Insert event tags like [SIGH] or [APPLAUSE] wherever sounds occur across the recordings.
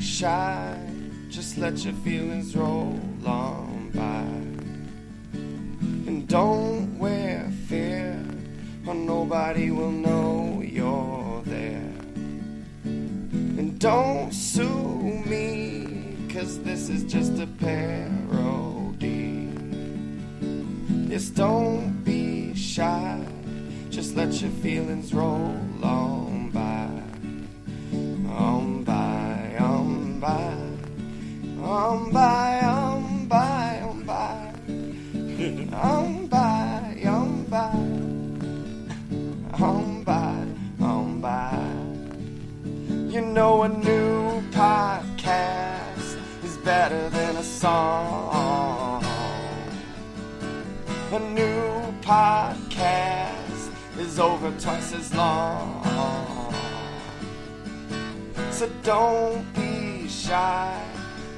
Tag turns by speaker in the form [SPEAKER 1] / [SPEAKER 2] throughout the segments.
[SPEAKER 1] shy. Just let your feelings roll on by. And don't wear fear, or nobody will know you're there. And don't sue me, cause this is just a parody. Yes, don't be shy, just let your feelings roll on by. On by, on by, on by, on by, on by, on by, on by, on by, on by. You know a new podcast is better than a song. A new podcast is over twice as long. So don't be shy.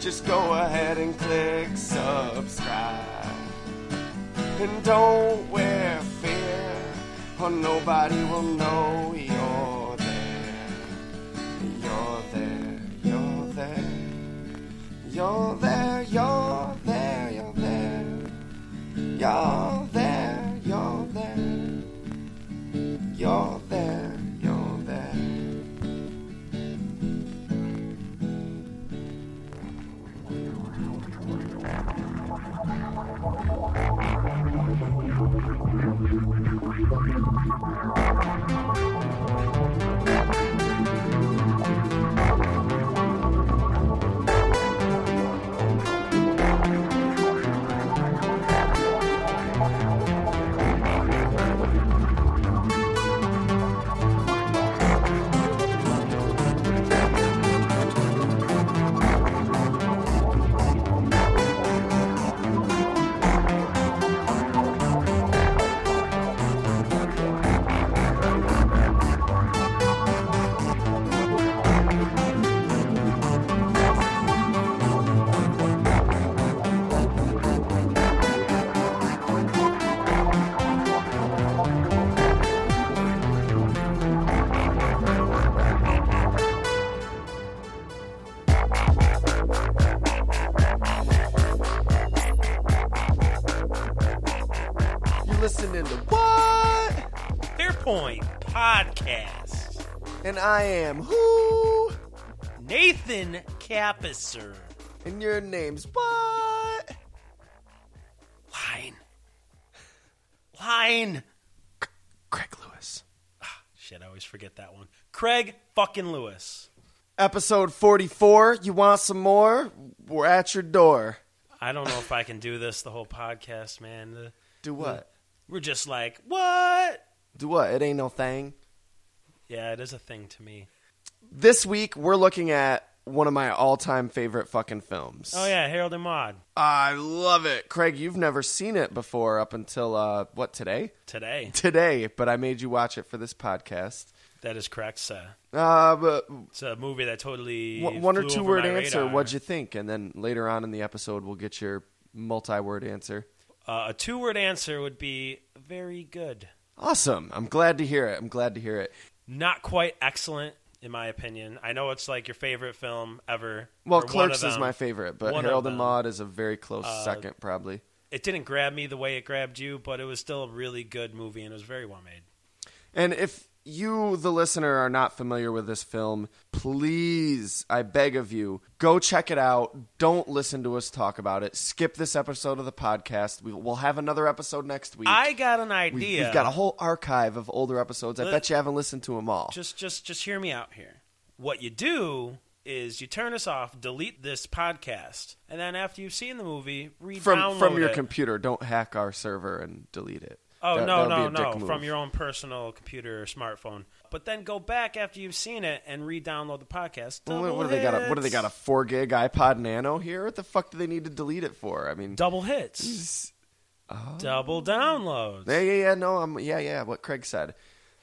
[SPEAKER 1] Just go ahead and click subscribe. And don't wear fear, or nobody will know you're there. You're there, you're there. You're there, you're there, you're there. You're there, you're there. You're there, you're there. You listening to what?
[SPEAKER 2] Fairpoint Podcast.
[SPEAKER 1] And I am who?
[SPEAKER 2] Nathan Capisser.
[SPEAKER 1] And your name's what?
[SPEAKER 2] Line. Line.
[SPEAKER 1] Craig Lewis.
[SPEAKER 2] Shit, I always forget that one. Craig fucking Lewis.
[SPEAKER 1] Episode 44. You want some more? We're at your door.
[SPEAKER 2] I don't know if I can do this the whole podcast, man. The-
[SPEAKER 1] Do what?
[SPEAKER 2] We're just like, what?
[SPEAKER 1] Do what? It ain't no thing.
[SPEAKER 2] Yeah, it is a thing to me.
[SPEAKER 1] This week, we're looking at one of my all time favorite fucking films.
[SPEAKER 2] Oh, yeah, Harold and Maude
[SPEAKER 1] I love it. Craig, you've never seen it before up until, uh, what, today?
[SPEAKER 2] today.
[SPEAKER 1] Today, but I made you watch it for this podcast.
[SPEAKER 2] That is correct, sir.
[SPEAKER 1] Uh, but
[SPEAKER 2] It's a movie that totally.
[SPEAKER 1] one one or
[SPEAKER 2] flew
[SPEAKER 1] two
[SPEAKER 2] over
[SPEAKER 1] word
[SPEAKER 2] my
[SPEAKER 1] answer.
[SPEAKER 2] radar.
[SPEAKER 1] What'd you think? And then later on in the episode, we'll get your multi word answer.
[SPEAKER 2] Uh, a two word answer would be very good.
[SPEAKER 1] Awesome. I'm glad to hear it. I'm glad to hear it.
[SPEAKER 2] not quite excellent in my opinion. I know it's like your favorite film ever.
[SPEAKER 1] Well,
[SPEAKER 2] or one of
[SPEAKER 1] Clerks is
[SPEAKER 2] them.
[SPEAKER 1] my favorite, but
[SPEAKER 2] One of
[SPEAKER 1] Harold and
[SPEAKER 2] them. Uh,
[SPEAKER 1] Maude is a very close second, probably.
[SPEAKER 2] It didn't grab me the way it grabbed you, but it was still a really good movie and it was very well made.
[SPEAKER 1] And if you, the listener, are not familiar with this film, please, I beg of you, go check it out. Don't listen to us talk about it. Skip this episode of the podcast. We- We'll have another episode next week.
[SPEAKER 2] I got an
[SPEAKER 1] We've,
[SPEAKER 2] idea.
[SPEAKER 1] we've got a whole archive of older episodes. I
[SPEAKER 2] Let-
[SPEAKER 1] bet you haven't listened to them all.
[SPEAKER 2] just just just hear me out here. What you do is you turn us off, delete this podcast, and then after you've seen the movie, read
[SPEAKER 1] from from your
[SPEAKER 2] it.
[SPEAKER 1] computer. Don't hack our server and delete it.
[SPEAKER 2] Oh
[SPEAKER 1] That-
[SPEAKER 2] no
[SPEAKER 1] that
[SPEAKER 2] no
[SPEAKER 1] would be a dick
[SPEAKER 2] no!
[SPEAKER 1] move.
[SPEAKER 2] From your own personal computer or smartphone, but then go back after you've seen it and re-download the podcast.
[SPEAKER 1] Well, what,
[SPEAKER 2] Double
[SPEAKER 1] what do they got? A, what do they
[SPEAKER 2] hits.
[SPEAKER 1] got? A four gig iPod Nano here? What the fuck do they need to delete it for? I mean,
[SPEAKER 2] double hits?
[SPEAKER 1] s-
[SPEAKER 2] double downloads.
[SPEAKER 1] yeah, yeah, yeah. No, I'm yeah, yeah. What Craig said,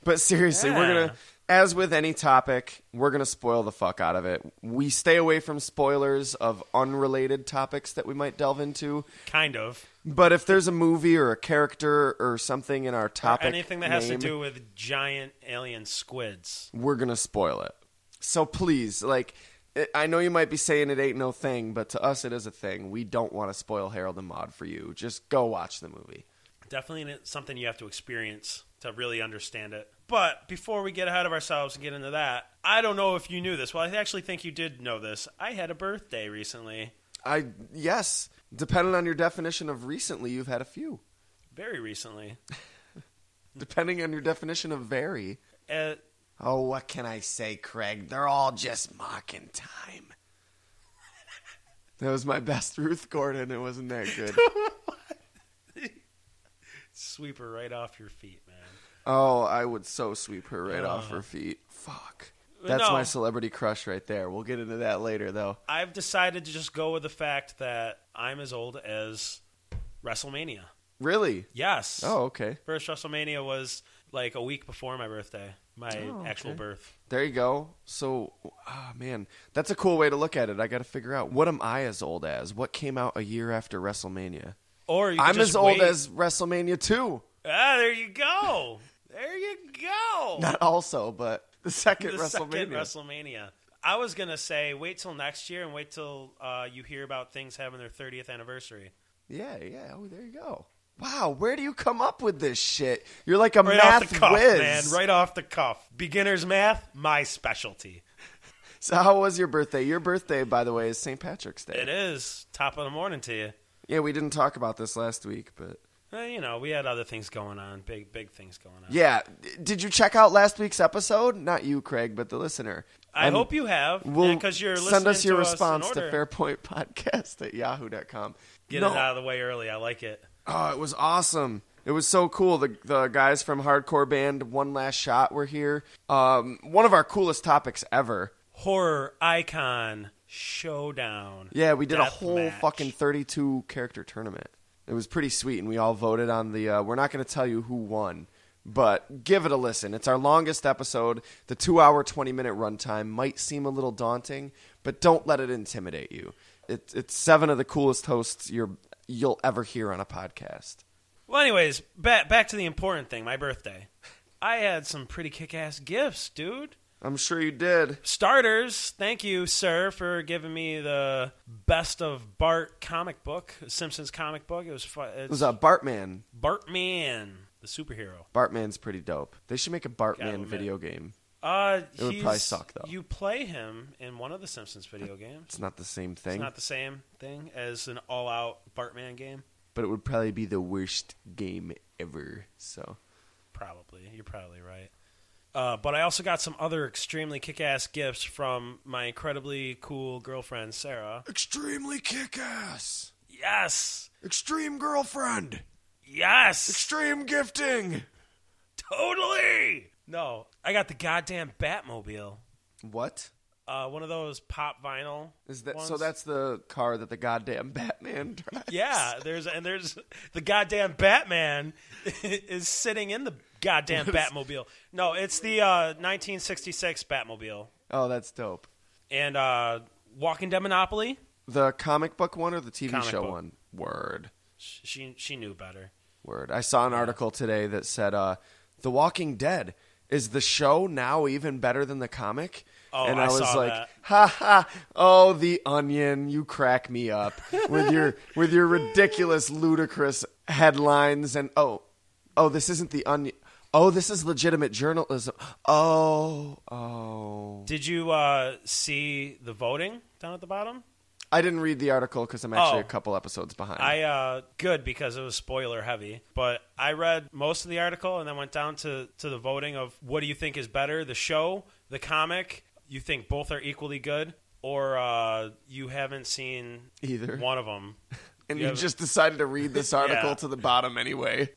[SPEAKER 1] but seriously, we're
[SPEAKER 2] Yeah.
[SPEAKER 1] gonna. As with any topic, we're gonna spoil the fuck out of it. We stay away from spoilers of unrelated topics that we might delve into.
[SPEAKER 2] kind of.
[SPEAKER 1] But if there's a movie or a character or something in our topic,
[SPEAKER 2] Anything that has
[SPEAKER 1] name,
[SPEAKER 2] to do with giant alien squids.
[SPEAKER 1] we're gonna spoil it. So please, like, I- I know you might be saying it ain't no thing, but to us it is a thing. We don't want to spoil Harold and Maude for you. Just go watch the movie.
[SPEAKER 2] Definitely n- something you have to experience to really understand it. But before we get ahead of ourselves and get into that, I don't know if you knew this. Well, I actually think you did know this. I had a birthday recently,
[SPEAKER 1] I yes, depending on your definition of recently, you've had a few.
[SPEAKER 2] very recently.
[SPEAKER 1] Depending on your definition of very.
[SPEAKER 2] Uh,
[SPEAKER 1] Oh, what can I say, Craig? They're all just mocking time. [LAUGHS] that was my best Ruth Gordon. It wasn't that good.
[SPEAKER 2] sweep her right off your feet, man.
[SPEAKER 1] oh, I would so sweep her right off her feet. Fuck. That's
[SPEAKER 2] No.
[SPEAKER 1] my celebrity crush right there. We'll get into that later, though.
[SPEAKER 2] I've decided to just go with the fact that I'm as old as WrestleMania.
[SPEAKER 1] Really?
[SPEAKER 2] Yes.
[SPEAKER 1] Oh, okay.
[SPEAKER 2] First WrestleMania was like a week before my birthday, my
[SPEAKER 1] Oh,
[SPEAKER 2] actual
[SPEAKER 1] okay.
[SPEAKER 2] birth.
[SPEAKER 1] There you go. So, ah, man, that's a cool way to look at it. I got to figure out what am I as old as? What came out a year after WrestleMania?
[SPEAKER 2] Or you could
[SPEAKER 1] I'm
[SPEAKER 2] just
[SPEAKER 1] as old
[SPEAKER 2] wait.
[SPEAKER 1] as WrestleMania 2.
[SPEAKER 2] Ah, there you go. There you go.
[SPEAKER 1] [LAUGHS] Not also, but [LAUGHS] the second
[SPEAKER 2] the
[SPEAKER 1] WrestleMania.
[SPEAKER 2] second WrestleMania. I was gonna say wait till next year and wait till uh, you hear about things having their 30th anniversary.
[SPEAKER 1] Yeah, yeah. Oh, there you go. Wow, where do you come up with this shit? You're like a
[SPEAKER 2] Right off
[SPEAKER 1] math
[SPEAKER 2] the cuff,
[SPEAKER 1] whiz.
[SPEAKER 2] man. Right off the cuff. Beginner's math, my specialty.
[SPEAKER 1] So, how was your birthday? Your birthday, by the way, is St. Patrick's Day.
[SPEAKER 2] It is top of the morning to you.
[SPEAKER 1] Yeah, we didn't talk about this last week, but
[SPEAKER 2] Eh, you know, we had other things going on, big big things going on.
[SPEAKER 1] yeah. D- Did you check out last week's episode? Not you, Craig, but the listener.
[SPEAKER 2] I
[SPEAKER 1] And
[SPEAKER 2] hope you have
[SPEAKER 1] We'll
[SPEAKER 2] because you're listening
[SPEAKER 1] send us your
[SPEAKER 2] to
[SPEAKER 1] response
[SPEAKER 2] us in
[SPEAKER 1] to
[SPEAKER 2] order.
[SPEAKER 1] fairpointpodcast at yahoo.com.
[SPEAKER 2] Get
[SPEAKER 1] no,
[SPEAKER 2] it out of the way early. I like it.
[SPEAKER 1] Oh, it was awesome. It was so cool. The the guys from Hardcore Band One Last Shot were here. Um, one of our coolest topics ever.
[SPEAKER 2] Horror icon showdown.
[SPEAKER 1] Yeah, we did a
[SPEAKER 2] Death
[SPEAKER 1] whole
[SPEAKER 2] match.
[SPEAKER 1] fucking 32 character tournament. It was pretty sweet, and we all voted on the. Uh, we're not going to tell you who won, but give it a listen. It's our longest episode. The two hour, 20 minute runtime might seem a little daunting, but don't let it intimidate you. It, it's seven of the coolest hosts you're, you'll ever hear on a podcast.
[SPEAKER 2] Well, anyways, back back to the important thing. My birthday. I had some pretty kick ass gifts, dude.
[SPEAKER 1] I'm sure you did.
[SPEAKER 2] Starters, thank you, sir, for giving me the best of Bart comic book, Simpsons comic book. It was fun.
[SPEAKER 1] It was a Bartman.
[SPEAKER 2] Bartman, the superhero.
[SPEAKER 1] Bartman's pretty dope. They should make a
[SPEAKER 2] Gotta
[SPEAKER 1] Bartman
[SPEAKER 2] admit.
[SPEAKER 1] video game.
[SPEAKER 2] Uh,
[SPEAKER 1] It would
[SPEAKER 2] he's-
[SPEAKER 1] probably suck, though.
[SPEAKER 2] You play him in one of the Simpsons video games.
[SPEAKER 1] It's not the same
[SPEAKER 2] It's
[SPEAKER 1] thing,
[SPEAKER 2] not the same thing as an all-out Bartman game.
[SPEAKER 1] but it would probably be the worst game ever. So.
[SPEAKER 2] Probably, you're probably right. Uh, but I also got some other extremely kick-ass gifts from my incredibly cool girlfriend Sarah.
[SPEAKER 1] Extremely kick ass.
[SPEAKER 2] Yes,
[SPEAKER 1] Extreme girlfriend.
[SPEAKER 2] yes, [LAUGHS]
[SPEAKER 1] Extreme gifting.
[SPEAKER 2] totally. No, I got the goddamn Batmobile.
[SPEAKER 1] What?
[SPEAKER 2] Uh, one of those pop vinyl.
[SPEAKER 1] Is that so
[SPEAKER 2] ones.
[SPEAKER 1] that's the car that the goddamn Batman [LAUGHS] drives?
[SPEAKER 2] Yeah, there's and there's the goddamn Batman [LAUGHS] is sitting in the goddamn Batmobile. No, it's the uh, 1966 Batmobile.
[SPEAKER 1] Oh, that's dope.
[SPEAKER 2] And uh, Walking Dead Monopoly,
[SPEAKER 1] The comic book one or the TV
[SPEAKER 2] Comic
[SPEAKER 1] show
[SPEAKER 2] book.
[SPEAKER 1] one? Word.
[SPEAKER 2] sh- she she knew better.
[SPEAKER 1] Word. I saw an article today that said uh The Walking Dead is the show now even better than the comic?
[SPEAKER 2] Oh,
[SPEAKER 1] and
[SPEAKER 2] I
[SPEAKER 1] I, was
[SPEAKER 2] saw
[SPEAKER 1] like,
[SPEAKER 2] that.
[SPEAKER 1] "Ha ha! Oh, the Onion, you crack me up with your
[SPEAKER 2] [LAUGHS]
[SPEAKER 1] with your ridiculous, ludicrous headlines." And oh, oh, this isn't the Onion. Oh, this is legitimate journalism. Oh, oh.
[SPEAKER 2] Did you uh, see the voting down at the bottom?
[SPEAKER 1] I didn't read the article because I'm actually
[SPEAKER 2] Oh.
[SPEAKER 1] a couple episodes behind.
[SPEAKER 2] I uh, good because it was spoiler heavy, but I read most of the article and then went down to to the voting of what do you think is better, the show, the comic? You think both are equally good, or uh, you haven't seen
[SPEAKER 1] Either.
[SPEAKER 2] one of them?
[SPEAKER 1] and
[SPEAKER 2] you
[SPEAKER 1] you
[SPEAKER 2] have-
[SPEAKER 1] just decided to read
[SPEAKER 2] [LAUGHS]
[SPEAKER 1] this article to the bottom anyway.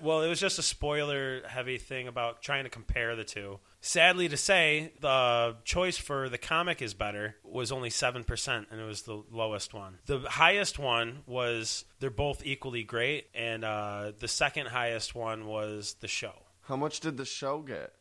[SPEAKER 2] Well, it was just a spoiler heavy thing about trying to compare the two. Sadly to say, the choice for the comic is better was only 7%, and it was the lowest one. The highest one was they're both equally great, and uh, the second highest one was the show
[SPEAKER 1] How much did the show get?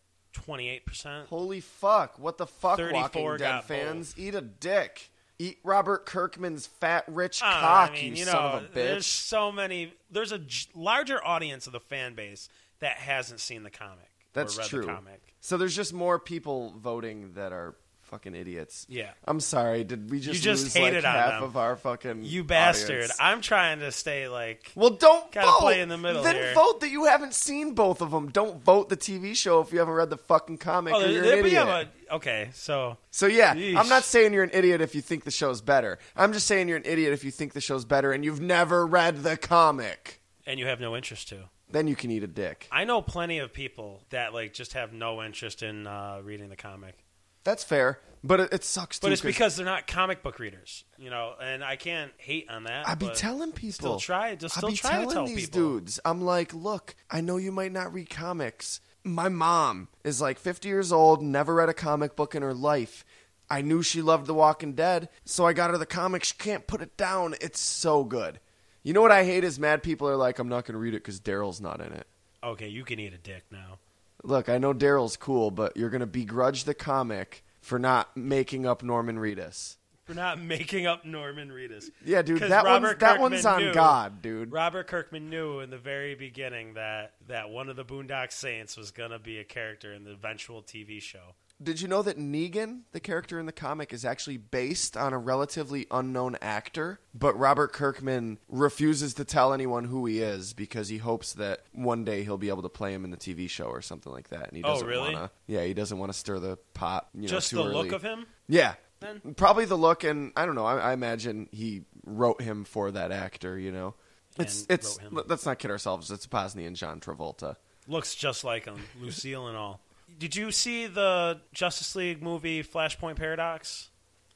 [SPEAKER 2] 28%.
[SPEAKER 1] Holy fuck! What the fuck,
[SPEAKER 2] 34
[SPEAKER 1] Walking Dead
[SPEAKER 2] got
[SPEAKER 1] fans? Eat a dick. Eat Robert Kirkman's fat, rich
[SPEAKER 2] I don't know,
[SPEAKER 1] cock,
[SPEAKER 2] Ah, I mean,
[SPEAKER 1] you,
[SPEAKER 2] you know,
[SPEAKER 1] son of a
[SPEAKER 2] there's
[SPEAKER 1] bitch.
[SPEAKER 2] so many. There's a j- larger audience of the fan base that hasn't seen the comic
[SPEAKER 1] That's
[SPEAKER 2] or read
[SPEAKER 1] true.
[SPEAKER 2] the comic.
[SPEAKER 1] So there's just more people voting that are fucking idiots.
[SPEAKER 2] Yeah.
[SPEAKER 1] I'm sorry. Did we just,
[SPEAKER 2] just
[SPEAKER 1] lose
[SPEAKER 2] hated
[SPEAKER 1] like
[SPEAKER 2] on
[SPEAKER 1] half
[SPEAKER 2] them.
[SPEAKER 1] of our fucking
[SPEAKER 2] You bastard.
[SPEAKER 1] audience?
[SPEAKER 2] I'm trying to stay like
[SPEAKER 1] Well, don't
[SPEAKER 2] Gotta
[SPEAKER 1] vote.
[SPEAKER 2] play in the middle
[SPEAKER 1] Then
[SPEAKER 2] here.
[SPEAKER 1] vote that you haven't seen both of them. Don't vote the TV show if you haven't read the fucking comic.
[SPEAKER 2] Oh,
[SPEAKER 1] or
[SPEAKER 2] there,
[SPEAKER 1] you're an
[SPEAKER 2] there'd be
[SPEAKER 1] idiot.
[SPEAKER 2] a- okay, so
[SPEAKER 1] So yeah,
[SPEAKER 2] Yeesh.
[SPEAKER 1] I'm not saying you're an idiot if you think the show's better. I'm just saying you're an idiot if you think the show's better and you've never read the comic.
[SPEAKER 2] and you have no interest to.
[SPEAKER 1] Then you can eat a dick.
[SPEAKER 2] I know plenty of people that like just have no interest in uh, reading the comic.
[SPEAKER 1] That's fair, but it, it sucks too.
[SPEAKER 2] But it's because they're not comic book readers, you know, and I can't hate on that.
[SPEAKER 1] I be
[SPEAKER 2] but
[SPEAKER 1] telling people.
[SPEAKER 2] still try, just still
[SPEAKER 1] I be
[SPEAKER 2] try
[SPEAKER 1] telling
[SPEAKER 2] to tell
[SPEAKER 1] these
[SPEAKER 2] people.
[SPEAKER 1] dudes. I'm like, look, I know you might not read comics. My mom is like 50 years old, never read a comic book in her life. I knew she loved The Walking Dead, so I got her the comic. She can't put it down. It's so good. You know what I hate is mad people are like, I'm not going to read it because Daryl's not in it.
[SPEAKER 2] Okay, you can eat a dick now.
[SPEAKER 1] Look, I know Daryl's cool, but you're going to begrudge the comic for not making up Norman Reedus.
[SPEAKER 2] We're not making up Norman Reedus.
[SPEAKER 1] Yeah, dude,
[SPEAKER 2] 'Cause
[SPEAKER 1] that
[SPEAKER 2] Robert
[SPEAKER 1] one's, that
[SPEAKER 2] Kirkman
[SPEAKER 1] one's on
[SPEAKER 2] knew-
[SPEAKER 1] God, dude.
[SPEAKER 2] Robert Kirkman knew in the very beginning that that one of the Boondock Saints was gonna be a character in the eventual TV show.
[SPEAKER 1] Did you know that Negan, the character in the comic, is actually based on a relatively unknown actor? But Robert Kirkman refuses to tell anyone who he is because he hopes that one day he'll be able to play him in the TV show or something like that. And he
[SPEAKER 2] Oh,
[SPEAKER 1] doesn't
[SPEAKER 2] really?
[SPEAKER 1] wanna, yeah, he doesn't want to stir the pot. You know,
[SPEAKER 2] just
[SPEAKER 1] too
[SPEAKER 2] the
[SPEAKER 1] early.
[SPEAKER 2] look of him.
[SPEAKER 1] Yeah,
[SPEAKER 2] then?
[SPEAKER 1] probably the look, and I don't know. I, I imagine he wrote him for that actor. You know, it's
[SPEAKER 2] And
[SPEAKER 1] it's.
[SPEAKER 2] wrote him.
[SPEAKER 1] let- Let's not kid ourselves. It's Posny and John Travolta.
[SPEAKER 2] Looks just like him, Lucille and all. Did you see the Justice League movie Flashpoint Paradox?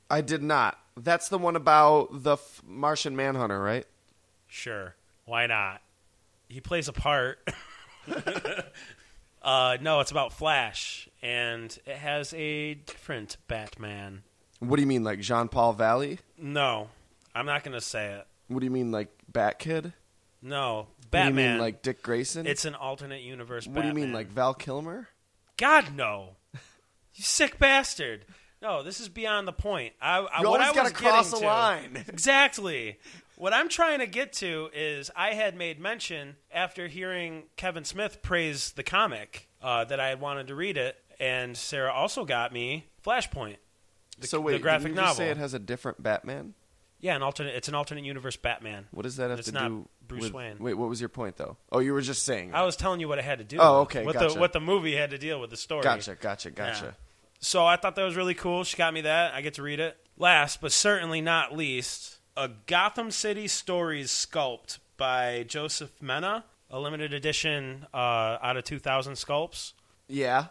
[SPEAKER 1] I did not. That's the one about the f- Martian Manhunter, right?
[SPEAKER 2] Sure, why not? He plays a [LAUGHS] part. uh, no, it's about Flash, and it has a different Batman.
[SPEAKER 1] What do you mean, like Jean Paul Valley?
[SPEAKER 2] No, I'm not gonna say it.
[SPEAKER 1] What do you mean, like Bat Kid?
[SPEAKER 2] No,
[SPEAKER 1] What do you
[SPEAKER 2] Batman.
[SPEAKER 1] mean, like Dick Grayson?
[SPEAKER 2] it's an alternate universe.
[SPEAKER 1] what do you mean,
[SPEAKER 2] Batman.
[SPEAKER 1] like Val Kilmer?
[SPEAKER 2] God no, you sick bastard. No, this is beyond the point. I, I
[SPEAKER 1] You
[SPEAKER 2] Uh, what
[SPEAKER 1] always
[SPEAKER 2] I
[SPEAKER 1] gotta
[SPEAKER 2] was
[SPEAKER 1] cross
[SPEAKER 2] getting
[SPEAKER 1] a
[SPEAKER 2] to-
[SPEAKER 1] line.
[SPEAKER 2] Exactly. What I'm trying to get to is I had made mention after hearing Kevin Smith praise the comic uh, that I had wanted to read it, and Sarah also got me Flashpoint. The,
[SPEAKER 1] so wait,
[SPEAKER 2] the graphic
[SPEAKER 1] did you
[SPEAKER 2] novel.
[SPEAKER 1] just say it has a different Batman?
[SPEAKER 2] yeah, an alternate. It's an alternate universe Batman.
[SPEAKER 1] What does that have
[SPEAKER 2] It's
[SPEAKER 1] to
[SPEAKER 2] not
[SPEAKER 1] do?
[SPEAKER 2] Bruce
[SPEAKER 1] with,
[SPEAKER 2] Wayne.
[SPEAKER 1] Wait, what was your point though? Oh, you were just saying.
[SPEAKER 2] I was telling you what it had to do.
[SPEAKER 1] Oh,
[SPEAKER 2] with-
[SPEAKER 1] okay,
[SPEAKER 2] What
[SPEAKER 1] gotcha.
[SPEAKER 2] the what the movie had to deal with the story.
[SPEAKER 1] gotcha, gotcha, gotcha.
[SPEAKER 2] So I thought that was really cool. She got me that. I get to read it. Last but certainly not least, a Gotham City Stories sculpt by Joseph Mena, a limited edition uh, out of 2,000 sculpts.
[SPEAKER 1] Yeah.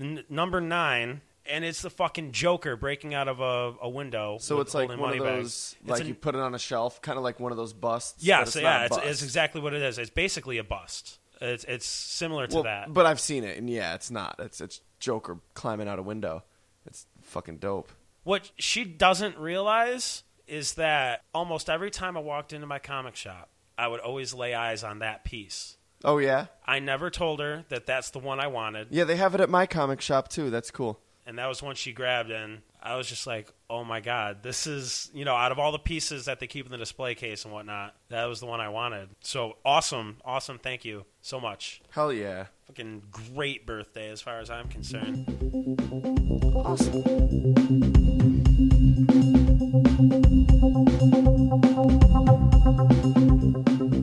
[SPEAKER 2] N- number nine. And it's the fucking Joker breaking out of a, a window.
[SPEAKER 1] So
[SPEAKER 2] with-
[SPEAKER 1] it's like
[SPEAKER 2] holding
[SPEAKER 1] one of
[SPEAKER 2] money bags.
[SPEAKER 1] those,
[SPEAKER 2] It's
[SPEAKER 1] like
[SPEAKER 2] an-
[SPEAKER 1] you put it on a shelf, kind of like one of those busts.
[SPEAKER 2] yeah,
[SPEAKER 1] but it's
[SPEAKER 2] so
[SPEAKER 1] not
[SPEAKER 2] yeah,
[SPEAKER 1] a
[SPEAKER 2] it's,
[SPEAKER 1] bust.
[SPEAKER 2] it's exactly what it is. It's basically a bust. It's it's similar to
[SPEAKER 1] well,
[SPEAKER 2] that.
[SPEAKER 1] But I've seen it, and yeah, it's not. It's it's Joker climbing out a window. It's fucking dope.
[SPEAKER 2] What she doesn't realize is that almost every time I walked into my comic shop, I would always lay eyes on that piece.
[SPEAKER 1] Oh yeah,
[SPEAKER 2] I never told her that that's the one I wanted,
[SPEAKER 1] yeah. They have it at my comic shop too. That's cool.
[SPEAKER 2] and that was one she grabbed, and I was just like, oh my god, this is, you know, out of all the pieces that they keep in the display case and whatnot, that was the one I wanted. So awesome, awesome, thank you so much.
[SPEAKER 1] Hell yeah.
[SPEAKER 2] Fucking great birthday as far as I'm concerned.
[SPEAKER 1] Awesome.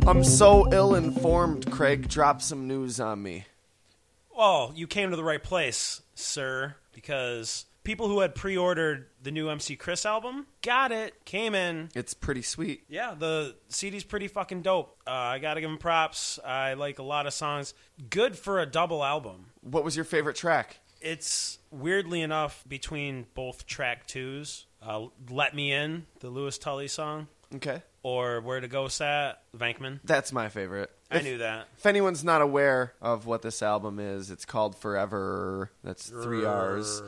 [SPEAKER 1] I'm so ill informed, Craig. Drop some news on me.
[SPEAKER 2] Well, you came to the right place, sir, because people who had pre-ordered the new MC Chris album got it, came in.
[SPEAKER 1] It's pretty sweet.
[SPEAKER 2] Yeah, the CD's pretty fucking dope. Uh, I gotta give him props. I like a lot of songs. Good for a double album.
[SPEAKER 1] What was your favorite track?
[SPEAKER 2] It's weirdly enough between both track twos. Uh, Let Me In, the Lewis Tully song,
[SPEAKER 1] Okay.
[SPEAKER 2] or Where to Go Sat, Vankman.
[SPEAKER 1] That's my favorite.
[SPEAKER 2] I
[SPEAKER 1] If-
[SPEAKER 2] knew that.
[SPEAKER 1] If anyone's not aware of what this album is, it's called Forever. That's three R's.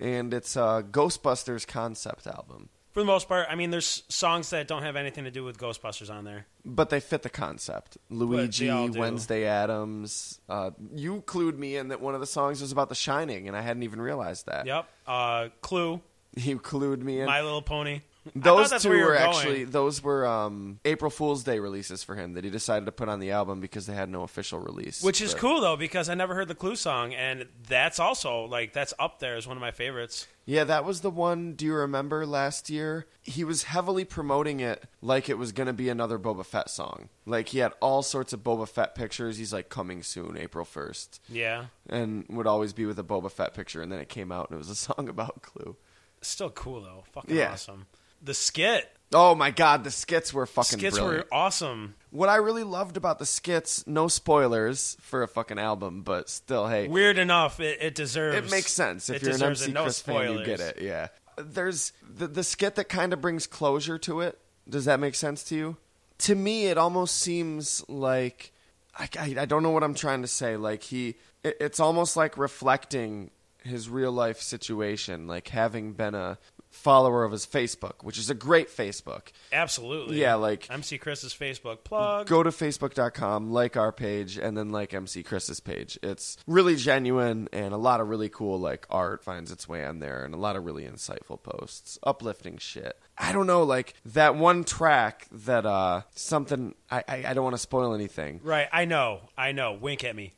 [SPEAKER 1] And it's a Ghostbusters concept album.
[SPEAKER 2] For the most part, I mean, there's songs that don't have anything to do with Ghostbusters on there.
[SPEAKER 1] But they fit the concept. Luigi,
[SPEAKER 2] all do.
[SPEAKER 1] Wednesday Adams. Uh, you clued me in that one of the songs was about The Shining, and I hadn't even realized that.
[SPEAKER 2] Yep. Uh, Clue,
[SPEAKER 1] You clued me in.
[SPEAKER 2] My Little Pony. thought
[SPEAKER 1] Those
[SPEAKER 2] that's
[SPEAKER 1] two
[SPEAKER 2] where you
[SPEAKER 1] were,
[SPEAKER 2] were going.
[SPEAKER 1] actually those were um, April Fool's Day releases for him that he decided to put on the album because they had no official release.
[SPEAKER 2] Which is
[SPEAKER 1] But-
[SPEAKER 2] cool though because I never heard the Clue song, and that's also like that's up there as one of my favorites.
[SPEAKER 1] Yeah, that was the one. Do you remember last year? He was heavily promoting it like it was going to be another Boba Fett song. Like he had all sorts of Boba Fett pictures. He's like coming soon, April 1st,
[SPEAKER 2] Yeah,
[SPEAKER 1] and would always be with a Boba Fett picture and then it came out and it was a [LAUGHS] song about Clue.
[SPEAKER 2] still cool though. Fucking
[SPEAKER 1] Yeah.
[SPEAKER 2] awesome. The skit
[SPEAKER 1] Oh my god, the skits were fucking
[SPEAKER 2] skits
[SPEAKER 1] brilliant.
[SPEAKER 2] were awesome.
[SPEAKER 1] What I really loved about the skits, no spoilers for a fucking album, but still, hey,
[SPEAKER 2] Weird enough, it, it deserves.
[SPEAKER 1] it makes sense. If
[SPEAKER 2] it
[SPEAKER 1] you're an
[SPEAKER 2] deserves
[SPEAKER 1] MC
[SPEAKER 2] it. No
[SPEAKER 1] Chris fan, you get
[SPEAKER 2] spoilers.
[SPEAKER 1] it. Yeah. There's the, the skit that kind of brings closure to it. Does that make sense to you? To me, it almost seems like I, I, I don't know what I'm trying to say. Like he, it, it's almost like reflecting his real life situation, like having been a follower of his Facebook, which is a great Facebook.
[SPEAKER 2] Absolutely.
[SPEAKER 1] Yeah, like-
[SPEAKER 2] MC Chris's Facebook plug.
[SPEAKER 1] Go to facebook.com, like our page, and then like MC Chris's page. It's really genuine and a lot of really cool like art finds its way on there and a lot of really insightful posts, uplifting shit. I don't know, like that one track that uh something I I, I don't want to spoil anything,
[SPEAKER 2] Right. I know. I know. Wink at me.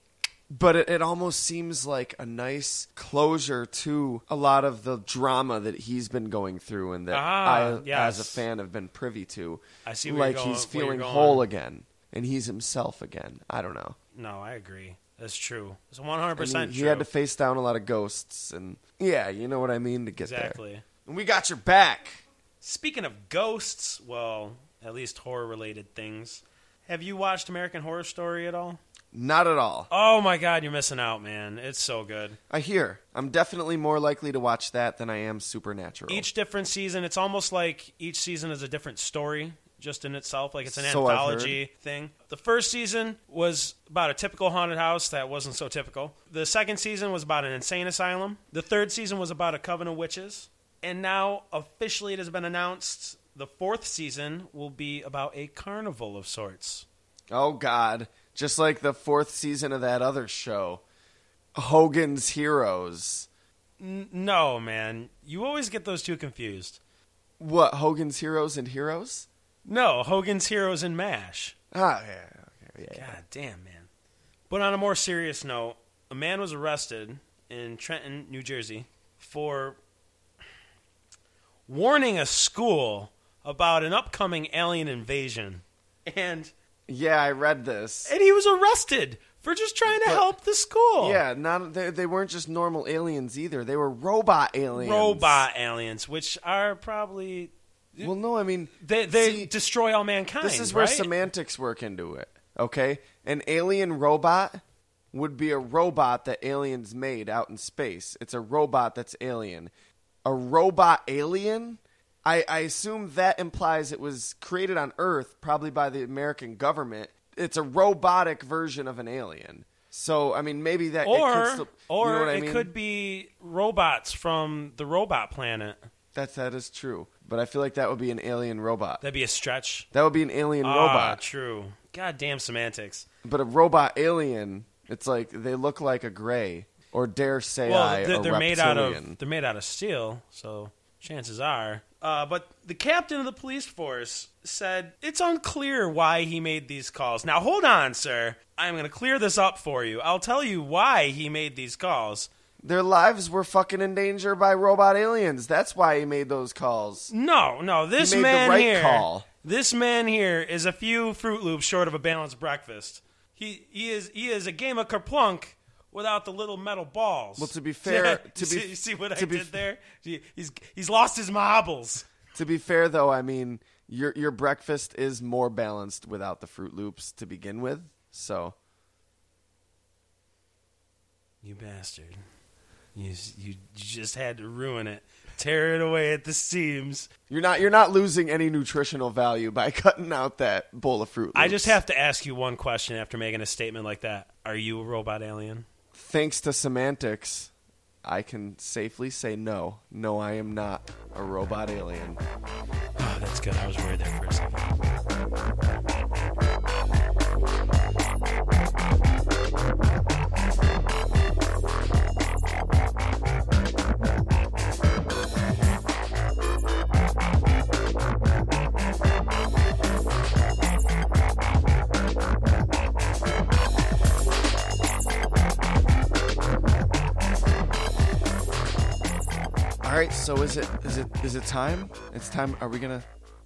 [SPEAKER 1] but it, it almost seems like a nice closure to a lot of the drama that he's been going through and that
[SPEAKER 2] Ah,
[SPEAKER 1] I
[SPEAKER 2] yes.
[SPEAKER 1] as a fan have been privy to.
[SPEAKER 2] I see where you're
[SPEAKER 1] like
[SPEAKER 2] going-
[SPEAKER 1] he's
[SPEAKER 2] where you're
[SPEAKER 1] feeling
[SPEAKER 2] going.
[SPEAKER 1] whole again and he's himself again. I don't know.
[SPEAKER 2] No, I agree. That's true. It's one hundred
[SPEAKER 1] I mean,
[SPEAKER 2] percent
[SPEAKER 1] he
[SPEAKER 2] true.
[SPEAKER 1] had to face down a lot of ghosts and yeah, you know what I mean to get there.
[SPEAKER 2] exactly.
[SPEAKER 1] And we got your back.
[SPEAKER 2] Speaking of ghosts, well, at least horror related things. Have you watched American Horror Story at all?
[SPEAKER 1] Not at all.
[SPEAKER 2] Oh my god, you're missing out, man. It's so good.
[SPEAKER 1] I hear. I'm definitely more likely to watch that than I am Supernatural.
[SPEAKER 2] Each different season, it's almost like each season is a different story just in itself. Like it's an
[SPEAKER 1] So I've heard.
[SPEAKER 2] anthology thing. The first season was about a typical haunted house that wasn't so typical. The second season was about an insane asylum. The third season was about a coven of witches. And now, officially, it has been announced the fourth season will be about a carnival of sorts.
[SPEAKER 1] Oh God! Just like the fourth season of that other show, Hogan's Heroes.
[SPEAKER 2] N- no, man. You always get those two confused.
[SPEAKER 1] What Hogan's Heroes and Heroes?
[SPEAKER 2] No, Hogan's Heroes and MASH.
[SPEAKER 1] Ah, yeah, okay, yeah.
[SPEAKER 2] God damn, man. But on a more serious note, a man was arrested in Trenton, New Jersey for warning a school about an upcoming alien invasion. And
[SPEAKER 1] Yeah, I read this.
[SPEAKER 2] and he was arrested for just trying to
[SPEAKER 1] But-
[SPEAKER 2] help the school.
[SPEAKER 1] Yeah, not they, they weren't just normal aliens either. They were robot aliens.
[SPEAKER 2] Robot aliens, which are probably
[SPEAKER 1] Well, no, I mean
[SPEAKER 2] they they
[SPEAKER 1] See,
[SPEAKER 2] destroy all mankind.
[SPEAKER 1] This is where
[SPEAKER 2] right?
[SPEAKER 1] semantics work into it. Okay? An alien robot would be a robot that aliens made out in space. It's a robot that's alien. A robot alien? I, I assume that implies it was created on Earth, probably by the American government. It's a robotic version of an alien. So, I mean, maybe that. it
[SPEAKER 2] or
[SPEAKER 1] could still,
[SPEAKER 2] or
[SPEAKER 1] you know what I
[SPEAKER 2] it
[SPEAKER 1] mean?
[SPEAKER 2] could be robots from the robot planet.
[SPEAKER 1] That's, that is true. But I feel like that would be an alien robot.
[SPEAKER 2] That'd be a stretch.
[SPEAKER 1] That would be an alien
[SPEAKER 2] Ah,
[SPEAKER 1] robot.
[SPEAKER 2] true. Goddamn semantics.
[SPEAKER 1] But a robot alien, it's like they look like a gray, or dare say
[SPEAKER 2] well,
[SPEAKER 1] I,
[SPEAKER 2] they're,
[SPEAKER 1] a
[SPEAKER 2] they're made out of
[SPEAKER 1] reptilian.
[SPEAKER 2] they're made out of steel, so chances are. Uh, but the captain of the police force said it's unclear why he made these calls. Now hold on, sir. I'm going to clear this up for you. I'll tell you why he made these calls.
[SPEAKER 1] Their lives were fucking in danger by robot aliens. That's why he made those calls.
[SPEAKER 2] No, no, this
[SPEAKER 1] made the
[SPEAKER 2] man
[SPEAKER 1] right
[SPEAKER 2] here.
[SPEAKER 1] call.
[SPEAKER 2] This man here is a few Fruit Loops short of a balanced breakfast. He he is he is a game of kerplunk without the little metal balls.
[SPEAKER 1] Well,
[SPEAKER 2] [LAUGHS]
[SPEAKER 1] to be fair-
[SPEAKER 2] You
[SPEAKER 1] to be-
[SPEAKER 2] see, you see what I
[SPEAKER 1] to be-
[SPEAKER 2] did there? He- He's he's lost his marbles.
[SPEAKER 1] To be fair, though, I mean your your breakfast is more balanced without the Fruit Loops to begin with. So
[SPEAKER 2] You bastard! You s- you just had to ruin it, tear it away at the seams.
[SPEAKER 1] you're not you're not losing any nutritional value by [LAUGHS] cutting out that bowl of Fruit Loops.
[SPEAKER 2] I just have to ask you one question after making a statement like that. Are you a robot alien?
[SPEAKER 1] thanks to semantics, I can safely say no. No, I am not a robot alien.
[SPEAKER 2] Oh, that's good. I was worried there for a second.
[SPEAKER 1] right, so is it is it is it time? It's time. Are we gonna?